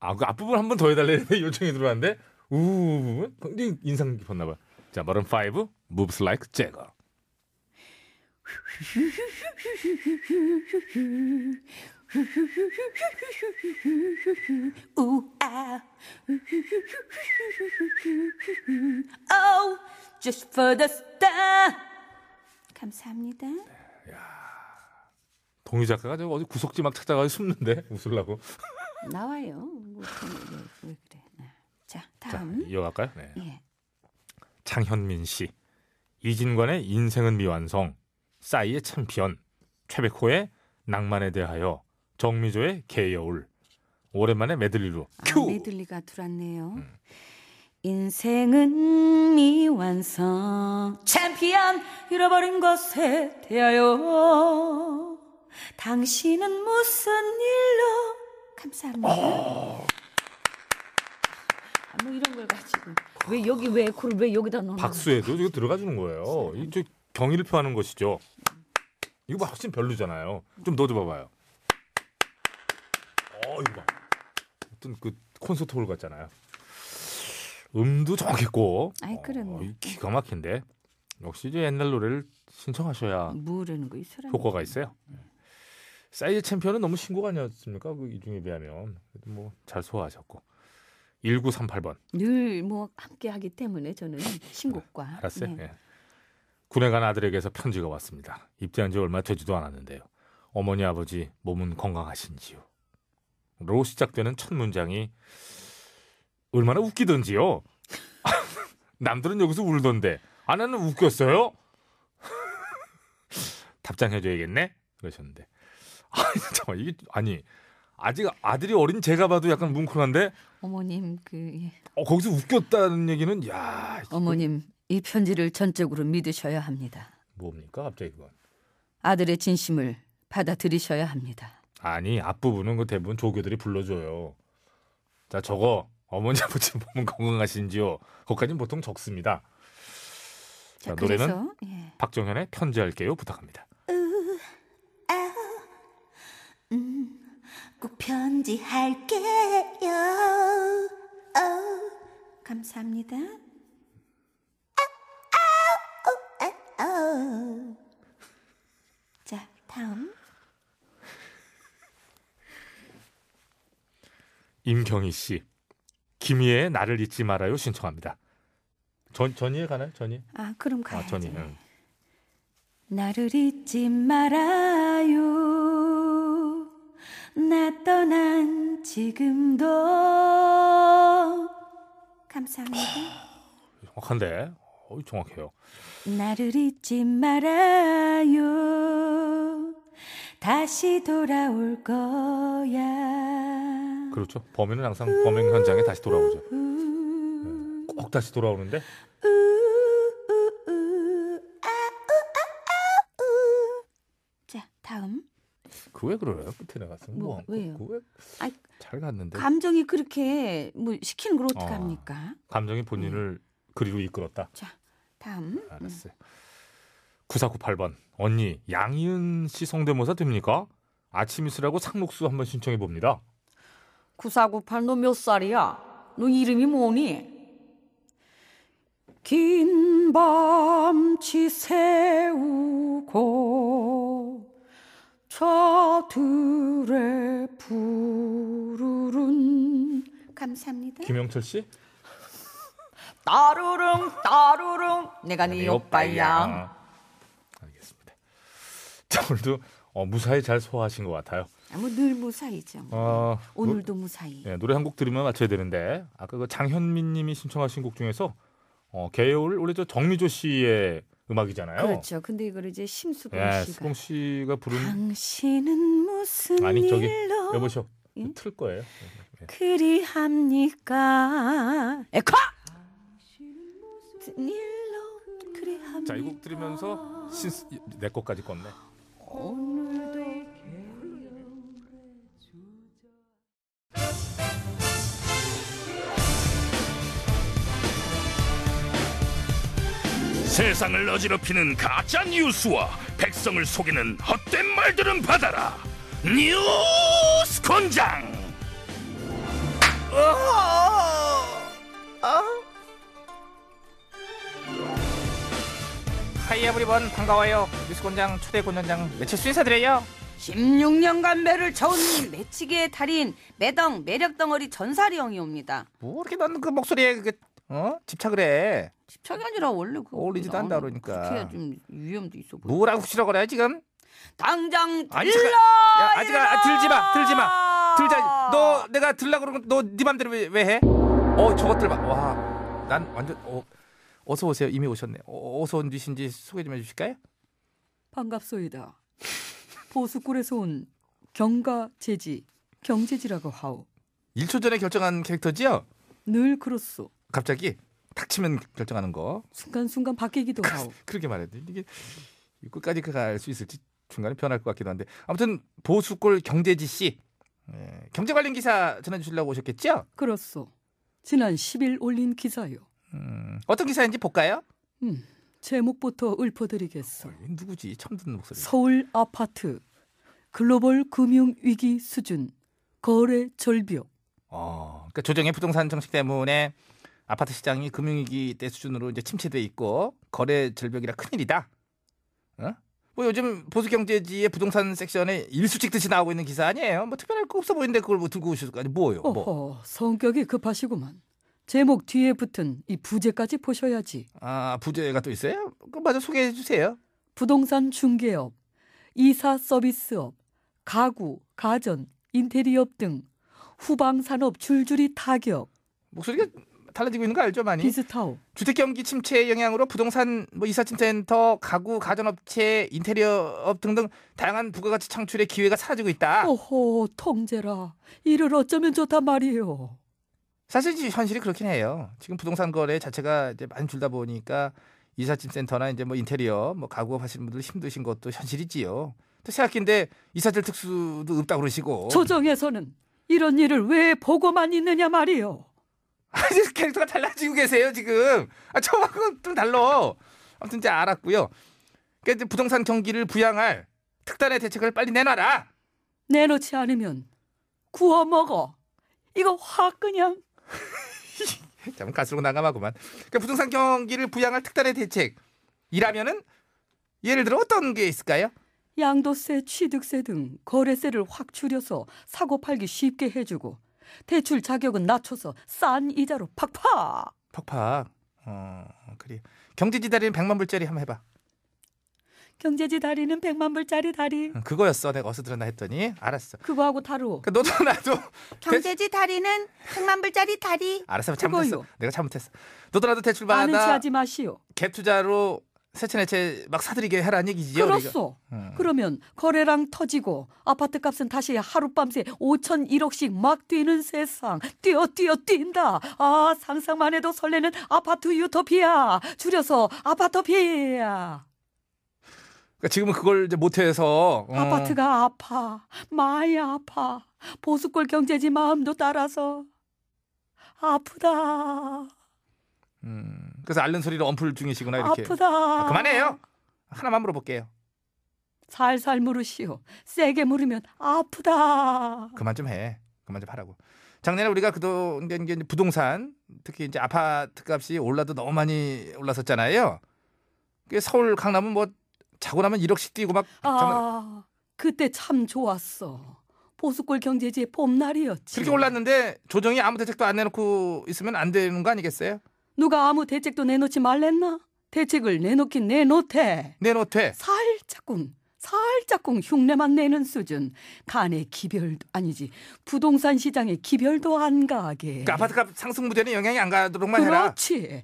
[SPEAKER 1] 아그 앞부분 한 번 더 해달래 했는데 요청이 들어왔는데 우 부분 굉장히 인상 깊었나 봐. 자 머름 5 moves like Jagger.
[SPEAKER 6] 우아. Oh, just for the star. 감사합니다.
[SPEAKER 1] 동희 작가가 저 어디 구석지 막 찾아가서 숨는데 웃으려고.
[SPEAKER 6] 나와요. 뭐, 왜, 왜 그래? 네. 자,
[SPEAKER 1] 자,
[SPEAKER 6] 다음.
[SPEAKER 1] 이어갈까요? 네.
[SPEAKER 6] 예.
[SPEAKER 1] 장현민 씨, 이진관의 인생은 미완성, 싸이의 챔피언, 최백호의 낭만에 대하여, 정미조의 개여울. 오랜만에 메들리로
[SPEAKER 6] 아,
[SPEAKER 1] 큐. 음.
[SPEAKER 6] 메들리가 들어왔네요. 인생은 미완성 챔피언 잃어버린 것에 대하여 당신은 무슨 일로 감사합니다. 아,
[SPEAKER 1] 어.
[SPEAKER 6] 뭐 이런 걸 가지고 왜 여기 왜 그걸 왜 여기다 넣는
[SPEAKER 1] 박수에도 이거 들어가 주는 거예요. 이제 경의를 표하는 것이죠. 이거 봐, 훨씬 별로잖아요. 좀 넣어줘 봐봐요. 어, 이거 봐. 어떤 그 콘서트 홀 같잖아요. 음도 정확했고.
[SPEAKER 6] 아이, 그럼요.
[SPEAKER 1] 어, 이 기가 막힌데. 역시 이제 옛날 노래를 신청하셔야
[SPEAKER 6] 뭐라는 거이 사람?
[SPEAKER 1] 효과가 있어요. 사이즈 챔피언은 너무 신곡 아니었습니까? 그 이중에 비하면 뭐 잘 소화하셨고 1938번
[SPEAKER 6] 늘뭐 함께하기 때문에 저는 신곡과
[SPEAKER 1] 알았어요.
[SPEAKER 6] 네.
[SPEAKER 1] 예. 군에 간 아들에게서 편지가 왔습니다. 입대한 지 얼마 되지도 않았는데요. 어머니 아버지 몸은 건강하신지요. 로 시작되는 첫 문장이 얼마나 웃기던지요. 남들은 여기서 울던데 아내는 웃겼어요. 답장해줘야겠네 그러셨는데 아 잠깐 이게 아니 아직 아들이 어린 제가 봐도 약간 뭉클한데
[SPEAKER 6] 어머님 그 예.
[SPEAKER 1] 어, 거기서 웃겼다는 얘기는 야 이거
[SPEAKER 6] 어머님, 이 편지를 전적으로 믿으셔야 합니다.
[SPEAKER 1] 뭡니까 갑자기 그건
[SPEAKER 6] 아들의 진심을 받아들이셔야 합니다.
[SPEAKER 1] 아니 앞부분은 그 대부분 조교들이 불러줘요. 자 저거 어머니 아버지 몸은 건강하신지요. 거기까지는 보통 적습니다. 자,
[SPEAKER 6] 자,
[SPEAKER 1] 노래는
[SPEAKER 6] 그래서 예.
[SPEAKER 1] 박정현의 편지할게요 부탁합니다.
[SPEAKER 6] 꼭 편지할게요. 감사합니다. 자, 다음.
[SPEAKER 1] 임경희 씨, 김희애의 나를 잊지 말아요 신청합니다. 전 전이에 가나요 전이?
[SPEAKER 6] 아, 그럼
[SPEAKER 1] 아
[SPEAKER 6] 가야죠.
[SPEAKER 1] 전이. 응.
[SPEAKER 6] 나를 잊지 말아요. 나 떠난 지금도 감사합니다.
[SPEAKER 1] 정확한데. 어, 정확해요.
[SPEAKER 6] 나를 잊지 말아요. 다시 돌아올 거야.
[SPEAKER 1] 그렇죠. 범인은 항상 범행 현장에 다시 돌아오죠.
[SPEAKER 6] 우, 우,
[SPEAKER 1] 꼭 다시 돌아오는데
[SPEAKER 6] 우, 우, 아, 우, 아, 아, 우. 자, 다음.
[SPEAKER 1] 그 왜 그래요? 끝에 나갔으면
[SPEAKER 6] 뭐, 왜요? 아이,
[SPEAKER 1] 그 그왜잘 갔는데
[SPEAKER 6] 감정이 그렇게 뭐 시키는 걸 어떡합니까?
[SPEAKER 1] 감정이 본인을 그리로 이끌었다.
[SPEAKER 6] 자, 다음.
[SPEAKER 1] 알았어요. 9498번 언니 양희은 씨 성대모사 됩니까? 아침 이슬하고 상록수 한번 신청해 봅니다.
[SPEAKER 2] 9498 너 몇 살이야? 너 이름이 뭐니? 긴 밤치 세우고 저들의 부르른
[SPEAKER 6] 감사합니다.
[SPEAKER 1] 김영철 씨?
[SPEAKER 2] 따르릉 따르릉 내가 네 오빠야
[SPEAKER 1] 알겠습니다. 자 오늘도 어, 무사히 잘 소화하신 것 같아요.
[SPEAKER 6] 뭐 늘 무사히죠. 뭐.
[SPEAKER 1] 어,
[SPEAKER 6] 오늘도 무사히.
[SPEAKER 1] 노, 예, 노래 한 곡 들으면 맞춰야 되는데 아까 그 장현민님이 신청하신 곡 중에서 어, 개요를 원래 저 정미조 씨의 음악이잖아요.
[SPEAKER 6] 그렇죠. 근데 이걸 이제 심수봉
[SPEAKER 1] 예,
[SPEAKER 6] 씨가
[SPEAKER 1] 수봉 씨가 부른
[SPEAKER 6] 당신은 무슨
[SPEAKER 1] 아니, 저기,
[SPEAKER 6] 일로
[SPEAKER 1] 여보시오
[SPEAKER 6] 예?
[SPEAKER 1] 틀 거예요.
[SPEAKER 6] 그리합니까? 예,
[SPEAKER 2] 에카
[SPEAKER 6] 무슨 일로 그리합니까?
[SPEAKER 1] 자 이 곡 들으면서 신스, 내 것까지 껐네.
[SPEAKER 6] 오늘도
[SPEAKER 5] 세상을 어지럽히는 가짜 뉴스와 백성을 속이는 헛된 말들은 받아라. 뉴스 권장.
[SPEAKER 1] 하이 하이 에브리번 반가워요. 뉴스공장 초대 공장장 매칠수 인사드려요.
[SPEAKER 6] 16년간 매를 저은 매치기의 달인 매덩 매력 덩어리 전사리 형이 옵니다.
[SPEAKER 1] 뭐 이렇게 넌 그 목소리에 그, 어? 집착을 해.
[SPEAKER 6] 집착이 아니라 원래 그
[SPEAKER 1] 어울리지도 않다 그러니까.
[SPEAKER 6] 그렇게 좀 위험도 있어 보여.
[SPEAKER 1] 뭐라고 후시러거려 지금?
[SPEAKER 6] 당장
[SPEAKER 1] 아니,
[SPEAKER 6] 들러!
[SPEAKER 1] 야, 아직 아, 들지 마, 들지 마,
[SPEAKER 6] 아.
[SPEAKER 1] 들자. 너 내가 들라 그러면 너네 맘대로 왜, 왜 해? 어 저것들 봐. 와, 난 완전 어 어서 오세요. 이미 오셨네. 어, 어서 온 뒤신지 소개 좀 해주실까요?
[SPEAKER 6] 반갑소이다. 보수골에서 온 경가 재지 경제지라고 하오.
[SPEAKER 1] 1초 전에 결정한 캐릭터지요?
[SPEAKER 6] 늘 그렇소.
[SPEAKER 1] 갑자기 탁치면 결정하는 거.
[SPEAKER 6] 순간순간 바뀌기도 하오.
[SPEAKER 1] 그렇게 말해도 이게 끝까지 그 갈 수 있을지 중간에 변할 것 같기도 한데 아무튼 보수골 경제지 씨 예, 경제 관련 기사 전해주시려고 오셨겠죠?
[SPEAKER 6] 그렇소. 지난 10일 올린 기사요.
[SPEAKER 1] 음, 어떤 기사인지 볼까요?
[SPEAKER 6] 음, 제목부터 읊어드리겠소.
[SPEAKER 1] 누구지? 처음 듣는 목소리.
[SPEAKER 6] 서울 아파트 글로벌 금융 위기 수준 거래 절벽.
[SPEAKER 1] 어, 그러니까 조정의 부동산 정책 때문에 아파트 시장이 금융위기 때 수준으로 이제 침체돼 있고 거래 절벽이라 큰일이다. 어? 뭐 요즘 보수 경제지의 부동산 섹션에 일수 찍듯이 나오고 있는 기사 아니에요? 뭐 특별할 거 없어 보이는데 그걸 뭐 들고 오실 거 아니 뭐요?
[SPEAKER 6] 어허,
[SPEAKER 1] 뭐.
[SPEAKER 6] 성격이 급하시구만. 제목 뒤에 붙은 이 부제까지 보셔야지.
[SPEAKER 1] 아 부재가 또 있어요? 그 맞아 소개해 주세요.
[SPEAKER 6] 부동산 중개업, 이사 서비스업, 가구, 가전, 인테리어업 등 후방 산업 줄줄이 타격.
[SPEAKER 1] 목소리가 달라지고 있는 거 알죠 많이?
[SPEAKER 6] 비슷하오.
[SPEAKER 1] 주택 경기 침체의 영향으로 부동산 뭐 이사침센터, 가구, 가전업체, 인테리어업 등등 다양한 부가가치 창출의 기회가 사라지고
[SPEAKER 6] 어.
[SPEAKER 1] 있다.
[SPEAKER 6] 오호 통제라. 이를 어쩌면 좋단 말이에요.
[SPEAKER 1] 사실 이제 현실이 그렇긴 해요. 지금 부동산 거래 자체가 이제 많이 줄다 보니까 이삿짐 센터나 이제 뭐 인테리어, 뭐 가구업 하시는 분들 힘드신 것도 현실이지요. 또 새학기인데 이삿질 특수도 없다 그러시고.
[SPEAKER 6] 조정에서는 이런 일을 왜 보고만 있느냐 말이요.
[SPEAKER 1] 아니 캐릭터가 달라지고 계세요 지금. 아 저하고 좀 달라. 아무튼 이제 알았고요. 그러니까 이제 부동산 경기를 부양할 특단의 대책을 빨리 내놔라.
[SPEAKER 6] 내놓지 않으면 구워 먹어. 이거 확 그냥
[SPEAKER 1] 참 가스로 난감하구만. 그러니까 부동산 경기를 부양할 특단의 대책이라면은 예를 들어 어떤 게 있을까요?
[SPEAKER 6] 양도세, 취득세 등 거래세를 확 줄여서 사고 팔기 쉽게 해주고 대출 자격은 낮춰서 싼 이자로 팍팍.
[SPEAKER 1] 팍팍. 어 그래. 경제지 다리는 100만 불짜리 한번 해봐.
[SPEAKER 6] 경제지 다리는 100만 불짜리 다리.
[SPEAKER 1] 응, 음, 그거였어. 내가 어디서 들었나 했더니 알았어.
[SPEAKER 6] 그거하고 다루.
[SPEAKER 1] 그러니까 너도 나도 대...
[SPEAKER 5] 경제지 다리는 100만 불짜리 다리.
[SPEAKER 1] 알았어. 잘못했어.
[SPEAKER 6] 그거요.
[SPEAKER 1] 내가 잘못했어. 너도 나도 대출
[SPEAKER 6] 아는
[SPEAKER 1] 받아
[SPEAKER 6] 체하지 마시오.
[SPEAKER 1] 갭 투자로 세천해체 막 사들이게 하라는 얘기지요. 우리가.
[SPEAKER 6] 그렇소.
[SPEAKER 1] 음.
[SPEAKER 6] 그러면 거래량 터지고 아파트 값은 다시 하룻밤새 5천 1억씩 막 뛰는 세상. 뛰어 뛰어 뛴다. 아 상상만 해도 설레는 아파트 유토피아. 줄여서 아파토피아.
[SPEAKER 1] 그러니까 지금은 그걸 이제 못해서 어,
[SPEAKER 6] 아파트가 아파. 마이 아파. 보수골 경제지 마음도 따라서 아프다.
[SPEAKER 1] 음, 그래서 앓는 소리로 언풀 중이시구나 이렇게.
[SPEAKER 6] 아프다.
[SPEAKER 1] 아, 그만해요. 하나만 물어볼게요.
[SPEAKER 6] 살살 물으시오. 세게 물으면 아프다.
[SPEAKER 1] 그만 좀 해. 그만 좀 하라고. 작년에 우리가 그동안 이제 부동산 특히 이제 아파트 값이 올라도 너무 많이 올랐었잖아요. 그게 서울 강남은 뭐 자고 나면 1억씩 뛰고 막 정말
[SPEAKER 6] 아, 그때 참 좋았어. 보수골 경제지의 봄날이었지.
[SPEAKER 1] 그렇게 올랐는데 조정이 아무 대책도 안 내놓고 있으면 안 되는 거 아니겠어요?
[SPEAKER 6] 누가 아무 대책도 내놓지 말랬나? 대책을 내놓긴 내놓대.
[SPEAKER 1] 내놓되
[SPEAKER 6] 살짝쿵, 살짝쿵 흉내만 내는 수준. 간의 기별도 아니지. 부동산 시장의 기별도 안 가게.
[SPEAKER 1] 그 아파트값 상승 무대는 영향이 안 가도록만 해라.
[SPEAKER 6] 네. 그렇지.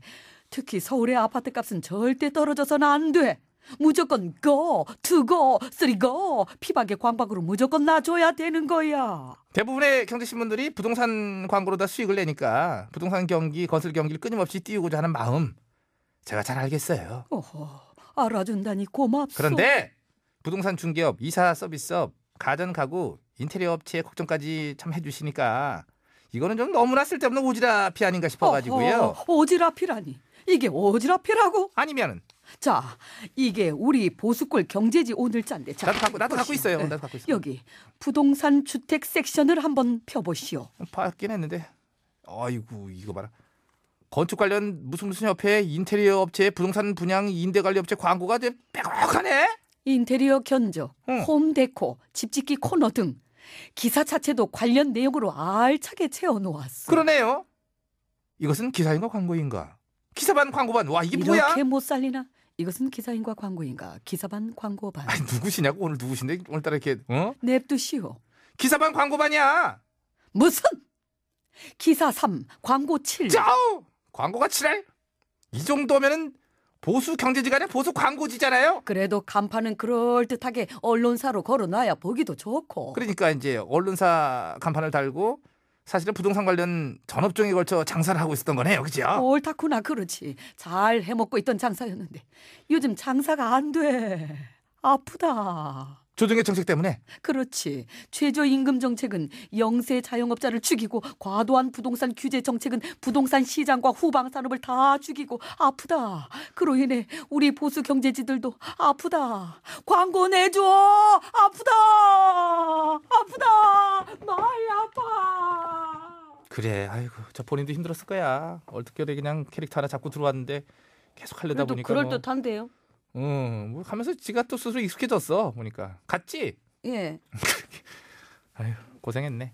[SPEAKER 6] 특히 서울의 아파트 값은 절대 떨어져서는 안 돼. 무조건 go, to go, three go. 피박의 광박으로 무조건 놔줘야 되는 거야.
[SPEAKER 1] 대부분의 경제신문들이 부동산 광고로 다 수익을 내니까 부동산 경기, 건설 경기를 끊임없이 띄우고자 하는 마음 제가 잘 알겠어요.
[SPEAKER 6] 어허, 알아준다니 고맙소.
[SPEAKER 1] 그런데 부동산 중개업, 이사 서비스업, 가전 가구, 인테리어 업체 걱정까지 참 해주시니까 이거는 좀 너무나 쓸데없는 오지랖이 아닌가 싶어가지고요.
[SPEAKER 6] 어허, 오지랖이라니. 이게 오지랖이라고?
[SPEAKER 1] 아니면은
[SPEAKER 6] 자, 이게 우리 보수골 경제지 오늘자인데. 자,
[SPEAKER 1] 나도 갖고 나도 갖고 있어요.
[SPEAKER 6] 보시오. 예.
[SPEAKER 1] 나도 갖고 있어.
[SPEAKER 6] 여기 부동산
[SPEAKER 1] 어,
[SPEAKER 6] 주택 섹션을 한번 펴보시오.
[SPEAKER 1] 봤긴 했는데. 아이고 이거 봐라. 건축 관련 무슨 무슨 협회, 인테리어 업체, 부동산 분양, 임대 관리 업체 광고가 되게 빼곡하네.
[SPEAKER 7] 인테리어 견조, 홈데코, 집짓기 코너 등 기사 자체도 관련 내용으로 알차게 채워 놓았어.
[SPEAKER 1] 그러네요. 이것은 기사인가 광고인가? 기사반 광고반. 와 이게 뭐야?
[SPEAKER 7] 이렇게 못 살리나? 이것은 기사인과 광고인가? 기사반 광고반.
[SPEAKER 1] 아니 누구시냐고 오늘 누구신데 오늘따라 이렇게 어?
[SPEAKER 7] 냅두시오.
[SPEAKER 1] 기사반 광고반이야.
[SPEAKER 7] 무슨? 기사 3, 광고 7.
[SPEAKER 1] 짜오 광고가 칠할. 이 정도면은 보수 경제지간의 보수 광고지잖아요.
[SPEAKER 7] 그래도 간판은 그럴듯하게 언론사로 걸어놔야 보기도 좋고.
[SPEAKER 1] 그러니까 이제 언론사 간판을 달고 사실은 부동산 관련 전업종에 걸쳐 장사를 하고 있었던 거네요, 그죠?
[SPEAKER 7] 옳다구나 그렇지. 잘 해먹고 있던 장사였는데 요즘 장사가 안 돼. 아프다.
[SPEAKER 1] 조정의 정책 때문에
[SPEAKER 7] 그렇지. 최저임금 정책은 영세 자영업자를 죽이고 과도한 부동산 규제 정책은 부동산 시장과 후방 산업을 다 죽이고 아프다. 그로 인해 우리 보수 경제지들도 아프다. 광고 내줘. 아프다. 아프다. 많이 아파.
[SPEAKER 1] 그래, 아이고 저 본인도 힘들었을 거야. 얼떨결에 그냥 캐릭터 하나 잡고 들어왔는데 계속 하려다
[SPEAKER 8] 그래도
[SPEAKER 1] 보니까 뭐,
[SPEAKER 8] 그럴듯한데요.
[SPEAKER 1] 음, 뭐 하면서 지가 또 스스로 익숙해졌어 보니까 갔지.
[SPEAKER 8] 예.
[SPEAKER 1] 아휴 고생했네.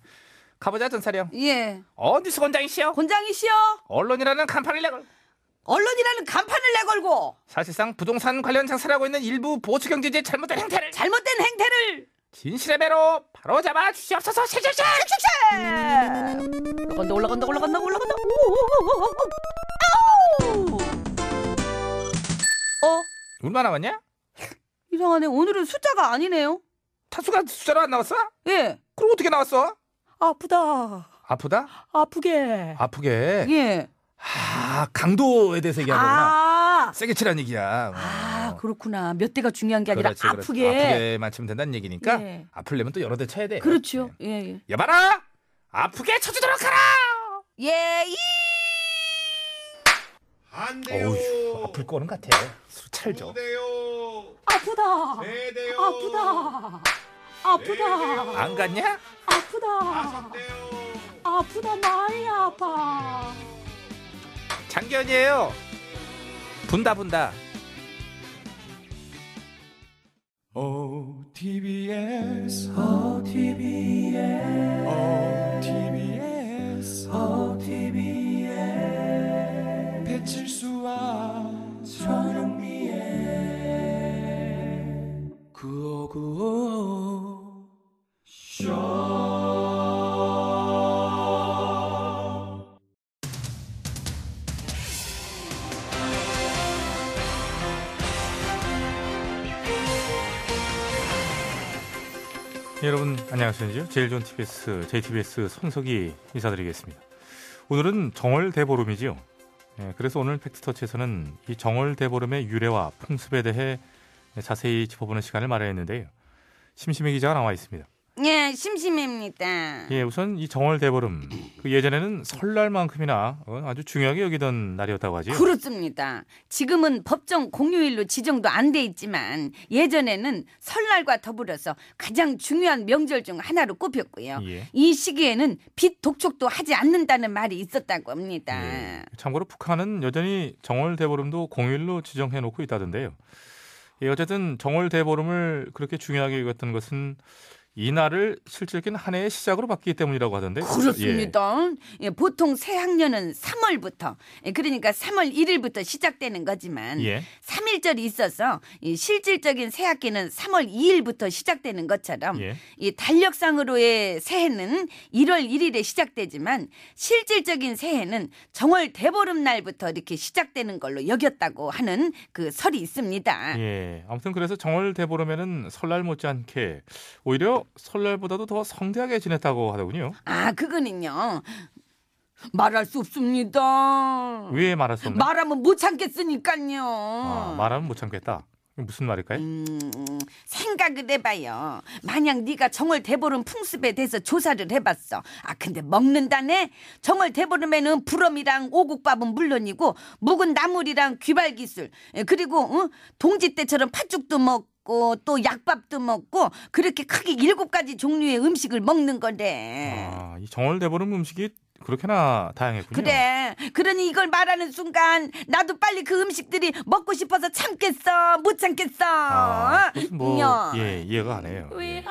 [SPEAKER 1] 가보자 전사령.
[SPEAKER 8] 예.
[SPEAKER 1] 어 뉴스 권장이시여.
[SPEAKER 8] 권장이시여.
[SPEAKER 1] 언론이라는 간판을 내걸.
[SPEAKER 8] 언론이라는 간판을 내걸고
[SPEAKER 1] 사실상 부동산 관련 장사를 하고 있는 일부 보수 경제지의 잘못된 행태를
[SPEAKER 8] 잘못된 행태를
[SPEAKER 1] 진실의 배로 바로 잡아 주시옵소서. 실실실.
[SPEAKER 8] 올라간다 올라간다 올라간다 올라간다. 어
[SPEAKER 1] 얼마나 왔냐?
[SPEAKER 8] 이상하네. 오늘은 숫자가 아니네요.
[SPEAKER 1] 타수가 숫자로 안 나왔어?
[SPEAKER 8] 예.
[SPEAKER 1] 그럼 어떻게 나왔어?
[SPEAKER 7] 아프다.
[SPEAKER 1] 아프다?
[SPEAKER 7] 아프게.
[SPEAKER 1] 아프게.
[SPEAKER 8] 예.
[SPEAKER 1] 아 강도에 대해서 얘기하는 거구나.
[SPEAKER 7] 아.
[SPEAKER 1] 세게 치란 얘기야.
[SPEAKER 7] 아,
[SPEAKER 1] 어.
[SPEAKER 7] 그렇구나. 몇 대가 중요한 게 아니라
[SPEAKER 1] 그렇지, 그렇지.
[SPEAKER 7] 아프게.
[SPEAKER 1] 아프게만 치면 된다는 얘기니까
[SPEAKER 7] 예.
[SPEAKER 1] 아플려면 또 여러 대 쳐야 돼.
[SPEAKER 7] 그렇죠.
[SPEAKER 1] 네.
[SPEAKER 7] 예, 예.
[SPEAKER 1] 여봐라 아프게 쳐주도록 하라.
[SPEAKER 8] 예. 이
[SPEAKER 9] 안 돼요.
[SPEAKER 1] 어우 아플 거는 같아. 술 찰죠.
[SPEAKER 9] 두 대요.
[SPEAKER 7] 아프다.
[SPEAKER 9] 네 대요.
[SPEAKER 7] 아프다.
[SPEAKER 9] 네 대요.
[SPEAKER 7] 아프다.
[SPEAKER 1] 안 갔냐?
[SPEAKER 9] 다섯
[SPEAKER 7] 아프다.
[SPEAKER 9] 대요.
[SPEAKER 7] 아프다. 많이 아파.
[SPEAKER 1] 장견이에요. 분다 분다.
[SPEAKER 4] 어, OTBS, OTBS, 어, OTBS, OTBS. 배칠수와 전영미의 구호구호.
[SPEAKER 10] 여러분 안녕하세요. 제일 좋은 TBS, JTBS 손석희 인사드리겠습니다. 오늘은 정월 대보름이지요. 예, 그래서 오늘 팩트터치에서는 이 정월 대보름의 유래와 풍습에 대해 자세히 짚어보는 시간을 마련했는데요. 심심해 기자가 나와 있습니다.
[SPEAKER 6] 예, 심심합니다.
[SPEAKER 10] 예, 우선 이 정월 대보름 그 예전에는 설날만큼이나 어, 아주 중요하게 여기던 날이었다고 하지요.
[SPEAKER 6] 그렇습니다. 지금은 법정 공휴일로 지정도 안 돼 있지만 예전에는 설날과 더불어서 가장 중요한 명절 중 하나로 꼽혔고요.
[SPEAKER 10] 예.
[SPEAKER 6] 이 시기에는 빛 독촉도 하지 않는다는 말이 있었다고 합니다.
[SPEAKER 10] 예. 참고로 북한은 여전히 정월 대보름도 공휴일로 지정해 놓고 있다던데요. 예, 어쨌든 정월 대보름을 그렇게 중요하게 여겼던 것은 이날을 실질적인 한 해의 시작으로 봤기 때문이라고 하던데.
[SPEAKER 6] 그렇습니다. 예, 보통 새 학년은 3월부터 그러니까 3월 1일부터 시작되는 거지만
[SPEAKER 10] 예. 예.
[SPEAKER 6] 3일절이 있어서 이 실질적인 새 학기는 3월 2일부터 시작되는 것처럼
[SPEAKER 10] 예.
[SPEAKER 6] 이 달력상으로의 새해는 1월 1일에 시작되지만 실질적인 새해는 정월 대보름 날부터 이렇게 시작되는 걸로 여겼다고 하는 그 설이 있습니다.
[SPEAKER 10] 예. 아무튼 그래서 정월 대보름에는 설날 못지않게 오히려 설날보다도 더 성대하게 지냈다고 하더군요.
[SPEAKER 6] 아, 그거는요. 말할 수 없습니다.
[SPEAKER 10] 왜 말할 수 없나?
[SPEAKER 6] 말하면 못
[SPEAKER 10] 음.
[SPEAKER 6] 참겠으니까요.
[SPEAKER 10] 아, 말하면 못 참겠다. 이게 무슨 말일까요?
[SPEAKER 6] 음, 생각을 해봐요. 만약 네가 정월 대보름 풍습에 대해서 조사를 해봤어. 아 근데 먹는다네. 정월 대보름에는 불엄이랑 오곡밥은 물론이고 묵은 나물이랑 귀발기술 예, 그리고 응? 동지 때처럼 팥죽도 먹고 또 약밥도 먹고 그렇게 크게 일곱 가지 종류의 음식을 먹는 건데.
[SPEAKER 1] 아,
[SPEAKER 10] 아, 이 정월 대보름 음식이
[SPEAKER 1] 그렇게나 다양했군요.
[SPEAKER 11] 그래. 그러니 이걸 말하는 순간 나도 빨리 그 음식들이 먹고 싶어서 참겠어. 못 참겠어.
[SPEAKER 1] 아, 그것은 뭐
[SPEAKER 11] 야.
[SPEAKER 1] 예, 이해가 안 해요. 예.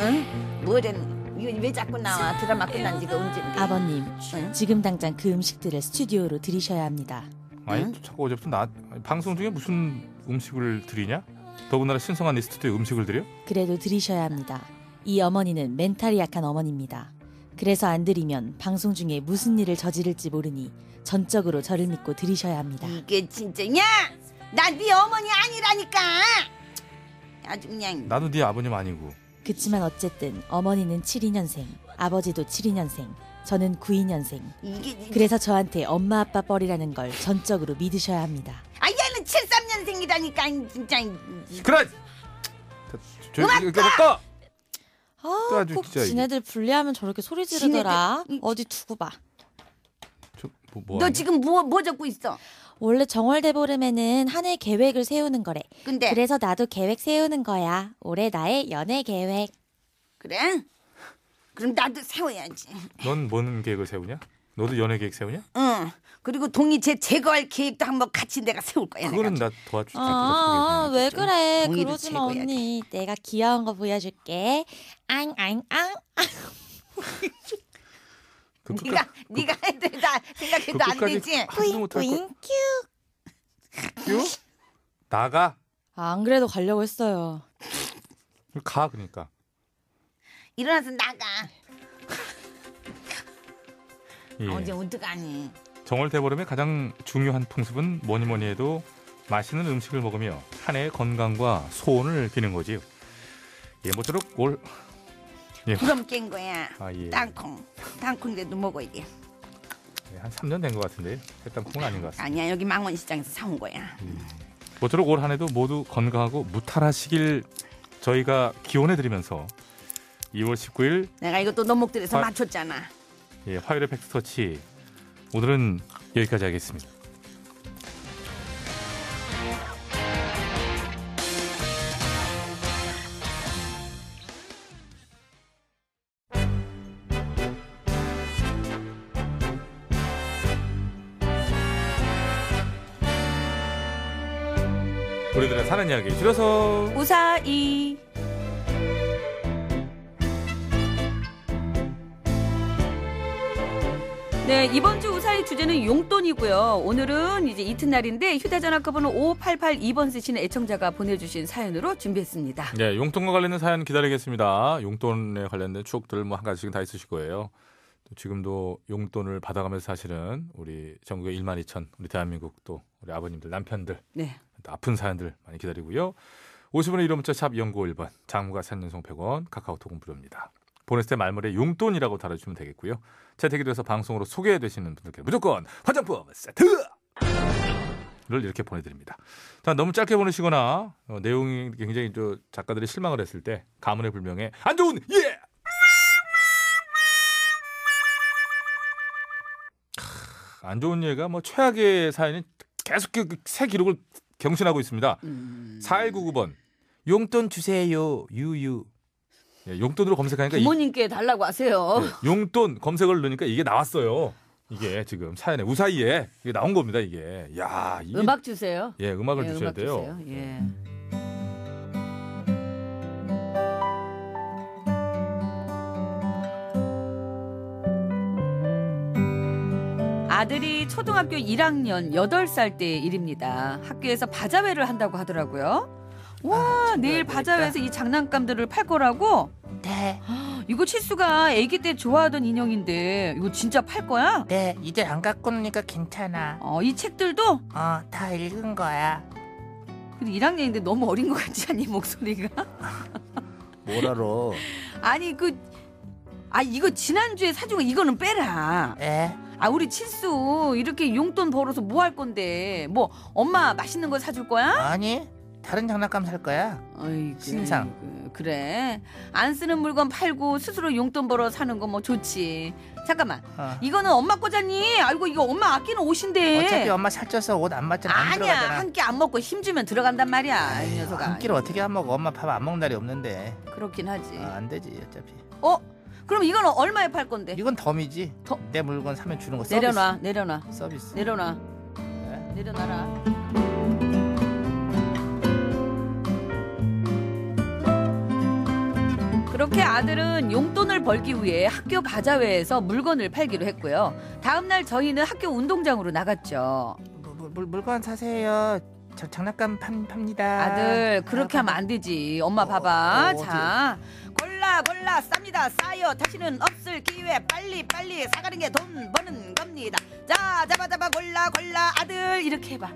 [SPEAKER 11] 응? 뭐든 이거 왜 자꾸 나와 드라마 끝난 지가 언제
[SPEAKER 12] 아버님,
[SPEAKER 11] 응?
[SPEAKER 12] 지금 당장 그 음식들을 스튜디오로 들이셔야 합니다.
[SPEAKER 1] 아니 자꾸 어제부터 나 아니, 방송 중에 무슨 음식을 드리냐? 더군다나 신성한 리스트에 음식을 드려?
[SPEAKER 12] 그래도 들이셔야 합니다. 이 어머니는 멘탈이 약한 어머니입니다. 그래서 안 드리면 방송 중에 무슨 일을 저지를지 모르니 전적으로 저를 믿고 들이셔야 합니다.
[SPEAKER 11] 이게 진짜냐? 나 네 어머니 아니라니까. 아주 그냥
[SPEAKER 1] 나도 네 아버님 아니고
[SPEAKER 12] 그치만 어쨌든 어머니는 72년생, 아버지도 72년생, 저는 92년생.
[SPEAKER 11] 이게 진짜-
[SPEAKER 12] 그래서 저한테 엄마 아빠 뻘이라는 걸 전적으로 믿으셔야 합니다.
[SPEAKER 11] 아 얘는 73년생이라니까 진짜
[SPEAKER 3] 그래.
[SPEAKER 11] 음악
[SPEAKER 3] 조용히 꺼.
[SPEAKER 13] 아,
[SPEAKER 1] 또 아주
[SPEAKER 13] 꼭
[SPEAKER 1] 진짜 이게-
[SPEAKER 13] 지네들 분리하면 저렇게 소리 지르더라. 어디 두고 봐.
[SPEAKER 1] 저뭐 뭐
[SPEAKER 11] 너
[SPEAKER 1] 하는
[SPEAKER 11] 지금 뭐 뭐 적고 있어?
[SPEAKER 13] 원래 정월대보름에는 한 해 계획을 세우는 거래.
[SPEAKER 11] 근데 그래?
[SPEAKER 13] 그래서 나도 계획 세우는 거야. 올해 나의 연애 계획.
[SPEAKER 11] 그럼 나도 세워야지.
[SPEAKER 1] 거야? 넌 뭔 계획을 세우냐? 너도 연애 계획 세우냐?
[SPEAKER 11] 응. 어. 그리고 동의체 제거할 계획도 한번 같이 내가 세울 거야. 내가.
[SPEAKER 1] 그거는 나 도와주지
[SPEAKER 13] 아,
[SPEAKER 1] 않겠다.
[SPEAKER 13] 아, 왜 그래?
[SPEAKER 11] 동의를
[SPEAKER 13] 그러지 마
[SPEAKER 11] 제거해야
[SPEAKER 13] 언니. 내가 귀여운 거 보여줄게. 앙앙앙.
[SPEAKER 1] 그 끝까-
[SPEAKER 11] 네가 네가 해도 나
[SPEAKER 1] 그
[SPEAKER 11] 생각해도 안
[SPEAKER 1] 끝까지 아.
[SPEAKER 11] 되지.
[SPEAKER 1] 하지도 못할 거. 나가
[SPEAKER 13] 아,
[SPEAKER 12] 안 그래도 가려고 했어요.
[SPEAKER 1] 가 그러니까.
[SPEAKER 11] 일어나서 나가.
[SPEAKER 1] 예.
[SPEAKER 6] 아,
[SPEAKER 11] 어제 어떡하니?
[SPEAKER 1] 정월 대보름의 가장 중요한 풍습은 뭐니 뭐니 해도 맛있는 음식을 먹으며 한 해의 건강과 소원을 비는 거지요. 예, 모쪼록 올
[SPEAKER 11] 구름 깬 거야.
[SPEAKER 1] 아, 예.
[SPEAKER 11] 땅콩. 땅콩인데도 먹어야 돼.
[SPEAKER 1] 예, 한 3년 된 것 같은데요. 해땅콩은 아닌 것 같습니다.
[SPEAKER 11] 아니야 여기 망원시장에서 사온 거야.
[SPEAKER 1] 모쪼록 올 한해도 모두 건강하고 무탈하시길 저희가 기원해 드리면서 2월 19일
[SPEAKER 11] 내가 이것도 너목들에서
[SPEAKER 1] 아.
[SPEAKER 11] 맞췄잖아.
[SPEAKER 1] 예, 화요일의 팩스터치 오늘은 여기까지 하겠습니다. 우리들의 사는 이야기 줄여서
[SPEAKER 6] 우사이 네 이번 주 우사의 주제는 용돈이고요. 오늘은 이제 이튿날인데 휴대전화 끝번호 5882번 쓰시는 애청자가 보내주신 사연으로 준비했습니다.
[SPEAKER 1] 네, 용돈과 관련된 사연 기다리겠습니다. 용돈에 관련된 추억들 뭐 한 가지씩 다 있으실 거예요. 또 지금도 용돈을 받아가면서 사실은 우리 전국의 1만 2천 우리 대한민국 또 우리 아버님들 남편들
[SPEAKER 6] 네.
[SPEAKER 1] 또 아픈 사연들 많이 기다리고요. 50원의 1호 문자 샵 0951번 장무가 3년송 100원 카카오톡은 무료입니다. 보냈을 때 말머리에 용돈이라고 달아주시면 되겠고요. 채택이 돼서 방송으로 소개되시는 분들께 무조건 화장품 세트! 를 이렇게 보내드립니다. 자, 너무 짧게 보내시거나 어, 내용이 굉장히 저 작가들이 실망을 했을 때 가문의 불명에 안 좋은 예 크, 안 좋은 예가 뭐 최악의 사연이 계속 그- 그새 기록을 경신하고 있습니다. 4199번 음. 용돈 주세요 유유 예, 용돈으로 검색하니까 이-
[SPEAKER 6] 부모님께 달라고 하세요.
[SPEAKER 1] 예, 용돈 검색을 넣으니까 이게 나왔어요. 이게 지금 사연에 우사이에 이게 나온 겁니다. 이게 야 이게-
[SPEAKER 6] 음악 주세요.
[SPEAKER 1] 예 음악을
[SPEAKER 6] 예,
[SPEAKER 1] 주셔야
[SPEAKER 6] 음악
[SPEAKER 1] 돼요.
[SPEAKER 6] 주세요. 예. 아들이 초등학교 1학년 8살 때 일입니다. 학교에서 바자회를 한다고 하더라고요. 와, 내일 바자회에서 이 장난감들을 팔 거라고?
[SPEAKER 3] 네,
[SPEAKER 6] 이거 칠수가 아기 때 좋아하던 인형인데 이거 진짜 팔 거야?
[SPEAKER 3] 네 이제 안 갖고 오니까 괜찮아.
[SPEAKER 6] 어, 이 책들도
[SPEAKER 3] 어, 다 읽은 거야.
[SPEAKER 6] 근데 1학년인데 너무 어린 것 같지 않니 목소리가?
[SPEAKER 3] 뭐라로?
[SPEAKER 6] 아니 그 아 이거 지난주에 사준 거 이거는 빼라.
[SPEAKER 3] 에?
[SPEAKER 6] 아 우리 칠수 이렇게 용돈 벌어서 뭐 할 건데? 뭐 엄마 맛있는 거 사줄 거야?
[SPEAKER 3] 아니 다른 장난감 살 거야.
[SPEAKER 6] 어이구,
[SPEAKER 3] 신상.
[SPEAKER 6] 아이고, 그래. 안 쓰는 물건 팔고 스스로 용돈 벌어 사는 거 뭐 좋지. 잠깐만.
[SPEAKER 3] 어.
[SPEAKER 6] 이거는 엄마 거잖니. 아이고 이거 엄마 아끼는 옷인데.
[SPEAKER 3] 어차피 엄마 살쪄서 옷 안 맞잖아. 안
[SPEAKER 6] 아니야
[SPEAKER 3] 들어가잖아.
[SPEAKER 6] 한 끼 안 먹고 힘 주면 들어간단 말이야 이 녀석아.
[SPEAKER 3] 한 끼를 어떻게 안 먹어? 엄마 밥 안 먹는 날이 없는데
[SPEAKER 6] 그렇긴 하지.
[SPEAKER 3] 아, 안 되지 어차피.
[SPEAKER 6] 어? 그럼 이건 얼마에 팔 건데?
[SPEAKER 3] 이건 덤이지. 내 물건 사면 주는 거 서비스.
[SPEAKER 6] 내려놔, 내려놔,
[SPEAKER 3] 서비스.
[SPEAKER 6] 내려놔,
[SPEAKER 3] 네.
[SPEAKER 6] 내려놔라. 그렇게 아들은 용돈을 벌기 위해 학교 바자회에서 물건을 팔기로 했고요. 다음 날 저희는 학교 운동장으로 나갔죠.
[SPEAKER 3] 물, 물, 물건 사세요. 저, 장난감 팝, 팝니다.
[SPEAKER 6] 아들 그렇게 하면 안 되지. 엄마 봐봐.
[SPEAKER 3] 어,
[SPEAKER 6] 자,
[SPEAKER 11] 골라 골라 쌉니다 싸요 다시는 없을 기회 빨리 빨리 사가는 게 돈 버는 겁니다 자 잡아 잡아 골라 골라 아들 이렇게 해봐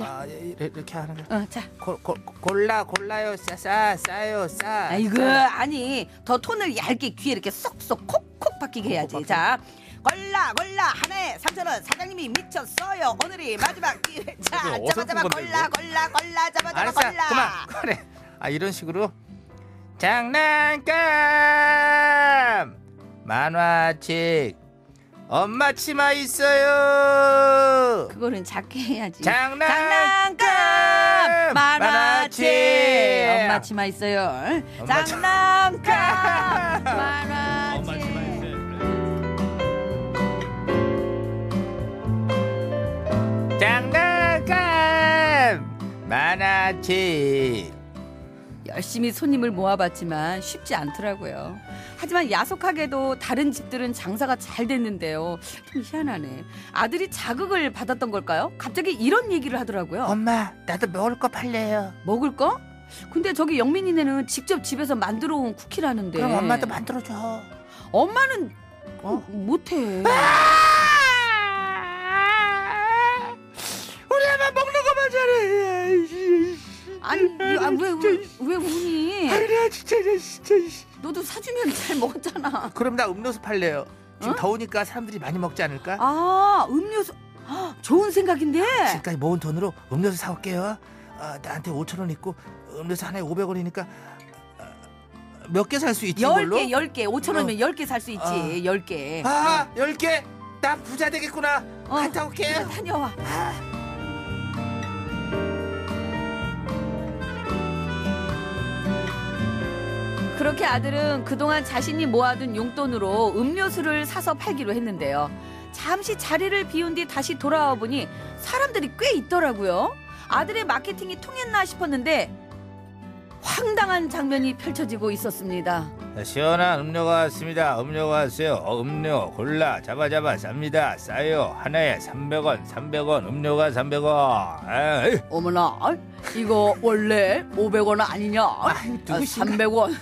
[SPEAKER 3] 아, 예, 이래- 이렇게 하는 거.
[SPEAKER 6] 어, 자.
[SPEAKER 3] 골, 골, 골라 골라요. 싸, 싸, 싸요. 싸.
[SPEAKER 11] 아이고 아니 더 톤을 얇게 귀에 이렇게 쏙쏙 콕콕 박히게 해야지 자 골라 골라 하나에 3천원 사장님이 미쳤어요 오늘이 마지막 기회 자
[SPEAKER 1] 이거
[SPEAKER 11] 잡아
[SPEAKER 1] 어설픈
[SPEAKER 11] 잡아
[SPEAKER 1] 건데,
[SPEAKER 11] 골라 골라 골라 잡아 잡아
[SPEAKER 3] 알았어.
[SPEAKER 11] 골라
[SPEAKER 3] 그만. 그래. 아 이런 식으로 장난감 만화책 엄마 치마 있어요.
[SPEAKER 6] 그거는 작게 해야지.
[SPEAKER 3] 장난감,
[SPEAKER 6] 장난감 만화책 엄마
[SPEAKER 3] 만화책.
[SPEAKER 6] 치마 있어요.
[SPEAKER 3] 엄마 치마.
[SPEAKER 6] 장난감 만화책.
[SPEAKER 3] 장난감 만화책.
[SPEAKER 6] 열심히 손님을 모아봤지만 쉽지 않더라고요. 하지만 야속하게도 다른 집들은 장사가 잘 됐는데요. 좀 희한하네. 아들이 자극을 받았던 걸까요? 갑자기 이런 얘기를 하더라고요.
[SPEAKER 3] 엄마 나도 먹을 거 팔래요.
[SPEAKER 6] 먹을 거? 근데 저기 영민이네는 직접 집에서 만들어 온 쿠키라는데.
[SPEAKER 3] 그럼 엄마도 만들어 줘.
[SPEAKER 6] 엄마는
[SPEAKER 3] 어?
[SPEAKER 6] 못해.
[SPEAKER 3] 아! 우리 엄마 먹는 거만 잘해.
[SPEAKER 6] 아니 왜왜 왜 우니?
[SPEAKER 3] 그래 진짜 진짜, 진짜. 이씨.
[SPEAKER 6] 너도 사주면 잘 먹었잖아.
[SPEAKER 3] 그럼 나 음료수 팔래요. 지금 더우니까 사람들이 많이 먹지 않을까?
[SPEAKER 6] 어? 아 네. 음료수 헉, 좋은 생각인데.
[SPEAKER 3] 지금까지 모은 돈으로 음료수 사올게요. 아, 나한테 5천 원 있고 음료수 하나에 500원이니까 아, 몇 개 살 수 있지
[SPEAKER 6] 열
[SPEAKER 3] 이걸로?
[SPEAKER 6] 개, 열 개, 오천 원이면 열 개 살 수
[SPEAKER 3] 아.
[SPEAKER 6] 있지, 열 개.
[SPEAKER 3] 아, 10개. 나 부자 되겠구나.
[SPEAKER 6] 어.
[SPEAKER 3] 갔다 올게.
[SPEAKER 6] 그만 다녀와. 그렇게 아들은 그동안 자신이 모아둔 용돈으로 음료수를 사서 팔기로 했는데요. 잠시 자리를 비운 뒤 다시 돌아와 보니 사람들이 꽤 있더라고요. 아들의 마케팅이 통했나 싶었는데 황당한 장면이 펼쳐지고 있었습니다.
[SPEAKER 3] 시원한 음료가 왔습니다. 음료가 왔어요. 어, 음료 골라 잡아 잡아 쌉니다. 싸요. 하나에 300원, 300원. 음료가 300원. 에이.
[SPEAKER 2] 어머나 이거 원래 500원 아니냐
[SPEAKER 3] 누구신가?
[SPEAKER 2] 300원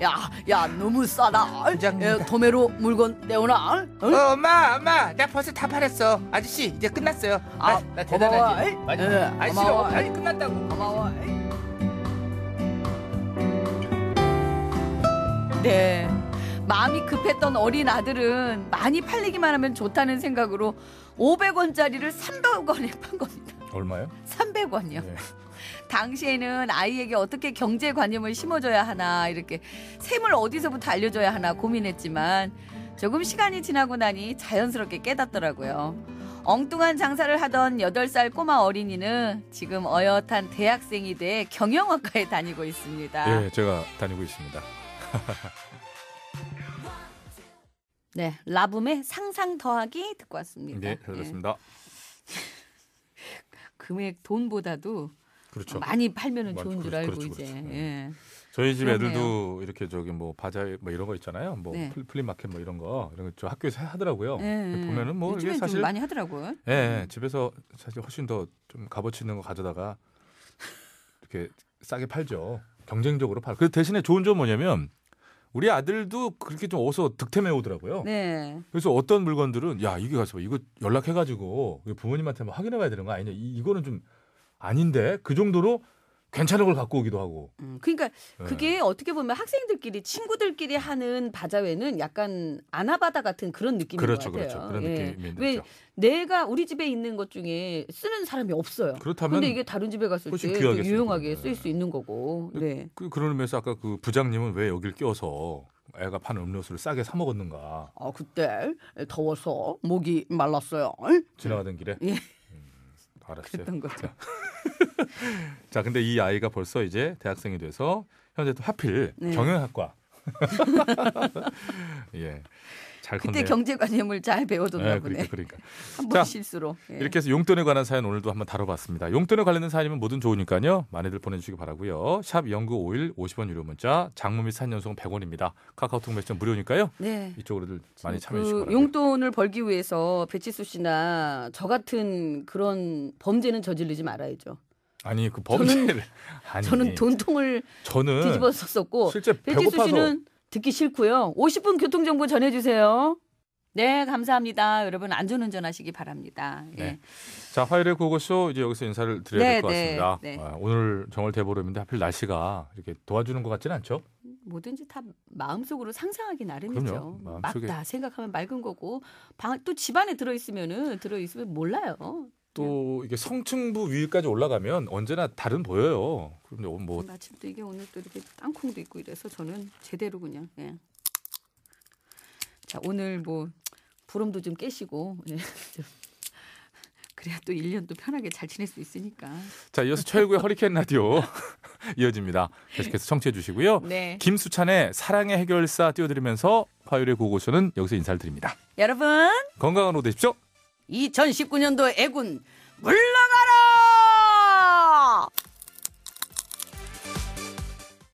[SPEAKER 2] 야야 너무 싸다
[SPEAKER 3] 부장님이다.
[SPEAKER 2] 야, 도매로 물건 내오나 어?
[SPEAKER 3] 어, 엄마, 엄마, 나 벌써 다 팔았어. 아저씨, 이제 끝났어요. 어.
[SPEAKER 2] 아,
[SPEAKER 3] 나, 나 대단하지.
[SPEAKER 2] 고마워.
[SPEAKER 3] 맞아.
[SPEAKER 2] 예,
[SPEAKER 3] 아저씨,
[SPEAKER 2] 고마워.
[SPEAKER 3] 아니 끝났다고.
[SPEAKER 2] 고마워
[SPEAKER 6] 네. 마음이 급했던 어린 아들은 많이 팔리기만 하면 좋다는 생각으로 500원짜리를 300원에 판 겁니다.
[SPEAKER 1] 얼마요?
[SPEAKER 6] 300원이요.
[SPEAKER 1] 네.
[SPEAKER 6] 당시에는 아이에게 어떻게 경제관념을 심어줘야 하나, 이렇게 셈을 어디서부터 알려줘야 하나 고민했지만 조금 시간이 지나고 나니 자연스럽게 깨닫더라고요. 엉뚱한 장사를 하던 8살 꼬마 어린이는 지금 어엿한 대학생이 돼 경영학과에 다니고
[SPEAKER 3] 아.
[SPEAKER 6] 있습니다.
[SPEAKER 1] 예, 제가 다니고 있습니다.
[SPEAKER 6] 네, 라붐의 상상 더하기 듣고 왔습니다.
[SPEAKER 1] 네, 잘
[SPEAKER 6] 예.
[SPEAKER 1] 들었습니다.
[SPEAKER 6] 금액 돈보다도
[SPEAKER 1] 그렇죠.
[SPEAKER 6] 많이 팔면은
[SPEAKER 1] 맞-
[SPEAKER 6] 좋은 줄
[SPEAKER 1] 그렇-
[SPEAKER 6] 알고
[SPEAKER 1] 그렇죠,
[SPEAKER 6] 이제
[SPEAKER 1] 그렇죠.
[SPEAKER 6] 예.
[SPEAKER 1] 저희 집
[SPEAKER 6] 그러네요.
[SPEAKER 1] 애들도 이렇게 저기 뭐 바자 뭐 이런 거 있잖아요. 뭐
[SPEAKER 6] 네.
[SPEAKER 1] 플- 플리마켓 뭐 이런 거 이런 거 저 학교에서 하더라고요.
[SPEAKER 6] 예,
[SPEAKER 1] 어, 보면은 뭐
[SPEAKER 6] 요즘엔
[SPEAKER 1] 이게
[SPEAKER 6] 좀
[SPEAKER 1] 사실
[SPEAKER 6] 많이 하더라고요.
[SPEAKER 1] 예, 예, 집에서 사실 훨씬 더 좀 값어치 있는 거 가져다가 이렇게 싸게 팔죠. 경쟁적으로 팔. 그 대신에 좋은 점은 뭐냐면 우리 아들도 그렇게 좀 어서 득템해 오더라고요.
[SPEAKER 6] 네.
[SPEAKER 1] 그래서 어떤 물건들은 야 이게 가서 이거 연락해가지고 이거 부모님한테 한번 확인해봐야 되는 거 아니냐 이, 거는좀 아닌데 그 정도로 괜찮은 걸 갖고 오기도 하고
[SPEAKER 6] 음, 그러니까
[SPEAKER 1] 예.
[SPEAKER 6] 그게 어떻게 보면 학생들끼리 친구들끼리 하는 바자회는 약간 아나바다 같은 그런 느낌인
[SPEAKER 1] 그렇죠
[SPEAKER 6] 것
[SPEAKER 1] 그렇죠
[SPEAKER 6] 같아요.
[SPEAKER 1] 그런
[SPEAKER 6] 예.
[SPEAKER 1] 느낌이
[SPEAKER 6] 왜
[SPEAKER 1] 들죠
[SPEAKER 6] 내가 우리 집에 있는 것 중에 쓰는 사람이 없어요.
[SPEAKER 1] 그렇다면
[SPEAKER 6] 근데 이게 다른 집에 갔을
[SPEAKER 1] 훨씬
[SPEAKER 6] 때
[SPEAKER 1] 귀하게
[SPEAKER 6] 또 유용하게
[SPEAKER 1] 쓰니까.
[SPEAKER 6] 쓸 수 있는 거고. 네.
[SPEAKER 1] 그, 그런 의미에서 아까 그 부장님은 왜 여길 껴서 애가 파는 음료수를 싸게 사 먹었는가
[SPEAKER 2] 아 그때 더워서 목이 말랐어요
[SPEAKER 1] 지나가던 길에
[SPEAKER 6] 예.
[SPEAKER 1] 음, 알았어요
[SPEAKER 6] 그랬던 거죠.
[SPEAKER 1] 자 근데 이 아이가 벌써 이제 대학생이 돼서 현재 또 하필
[SPEAKER 6] 네.
[SPEAKER 1] 경영학과 예. 잘
[SPEAKER 6] 그때
[SPEAKER 1] 컸네요.
[SPEAKER 6] 경제관념을 잘 배워뒀나
[SPEAKER 1] 예,
[SPEAKER 6] 보네.
[SPEAKER 1] 그러니까, 그러니까. 자,
[SPEAKER 6] 한번 실수로. 예.
[SPEAKER 1] 이렇게 해서 용돈에 관한 사연 오늘도 한번 다뤄봤습니다. 용돈에 관련된 사연이면 뭐든 좋으니까요. 많이들 보내주시기 바라고요. 샵 0951 50원 유료 문자 장무 및 사연 연속 100원입니다. 카카오톡 메시지 무료니까요.
[SPEAKER 6] 네.
[SPEAKER 1] 이쪽으로들 많이 참여해 주시기
[SPEAKER 2] 그
[SPEAKER 1] 바랍니다.
[SPEAKER 2] 용돈을 벌기 위해서 배치수 씨나 저 같은 그런 범죄는 저지르지 말아야죠.
[SPEAKER 1] 아니 그 범죄를 아니
[SPEAKER 2] 저는 돈통을
[SPEAKER 1] 저는
[SPEAKER 2] 뒤집어 썼었고
[SPEAKER 1] 실제
[SPEAKER 2] 배치수
[SPEAKER 1] 배고파서
[SPEAKER 2] 씨는 듣기 싫고요. 50분 교통정보 전해주세요.
[SPEAKER 6] 네, 감사합니다. 여러분 안전운전 하시기 바랍니다. 예.
[SPEAKER 1] 네. 자 화요일에 고고쇼 이제 여기서 인사를 드려야 될
[SPEAKER 6] 네,
[SPEAKER 1] 것
[SPEAKER 6] 네,
[SPEAKER 1] 같습니다.
[SPEAKER 6] 네.
[SPEAKER 1] 아, 오늘 정월 대보름인데 하필 날씨가 이렇게 도와주는 것 같지는 않죠?
[SPEAKER 6] 뭐든지 다 마음속으로 상상하기 나름이죠.
[SPEAKER 1] 그럼요. 마음속에-
[SPEAKER 6] 맞다 생각하면 맑은 거고 방, 또 집안에 들어있으면은 들어있으면 몰라요.
[SPEAKER 1] 또
[SPEAKER 6] 네.
[SPEAKER 1] 이게 성층부 위까지 올라가면 언제나 다른 보여요. 그럼요 뭐
[SPEAKER 6] 아침도 음, 이게 오늘 또 이렇게 땅콩도 있고 이래서 저는 제대로 그냥 예. 자 오늘 뭐 부름도 좀 깨시고 예. 좀 그래야 또 1년도 편하게 잘 지낼 수 있으니까
[SPEAKER 1] 자, 이어서 최고의 허리케인 라디오 이어집니다. 계속해서 청취해 주시고요.
[SPEAKER 6] 네
[SPEAKER 1] 김수찬의 사랑의 해결사 띄워드리면서 화요일의 고고쇼는 여기서 인사를 드립니다.
[SPEAKER 6] 여러분
[SPEAKER 1] 건강한 오후 되십시오.
[SPEAKER 2] 2019년도 애군 물러가라 아.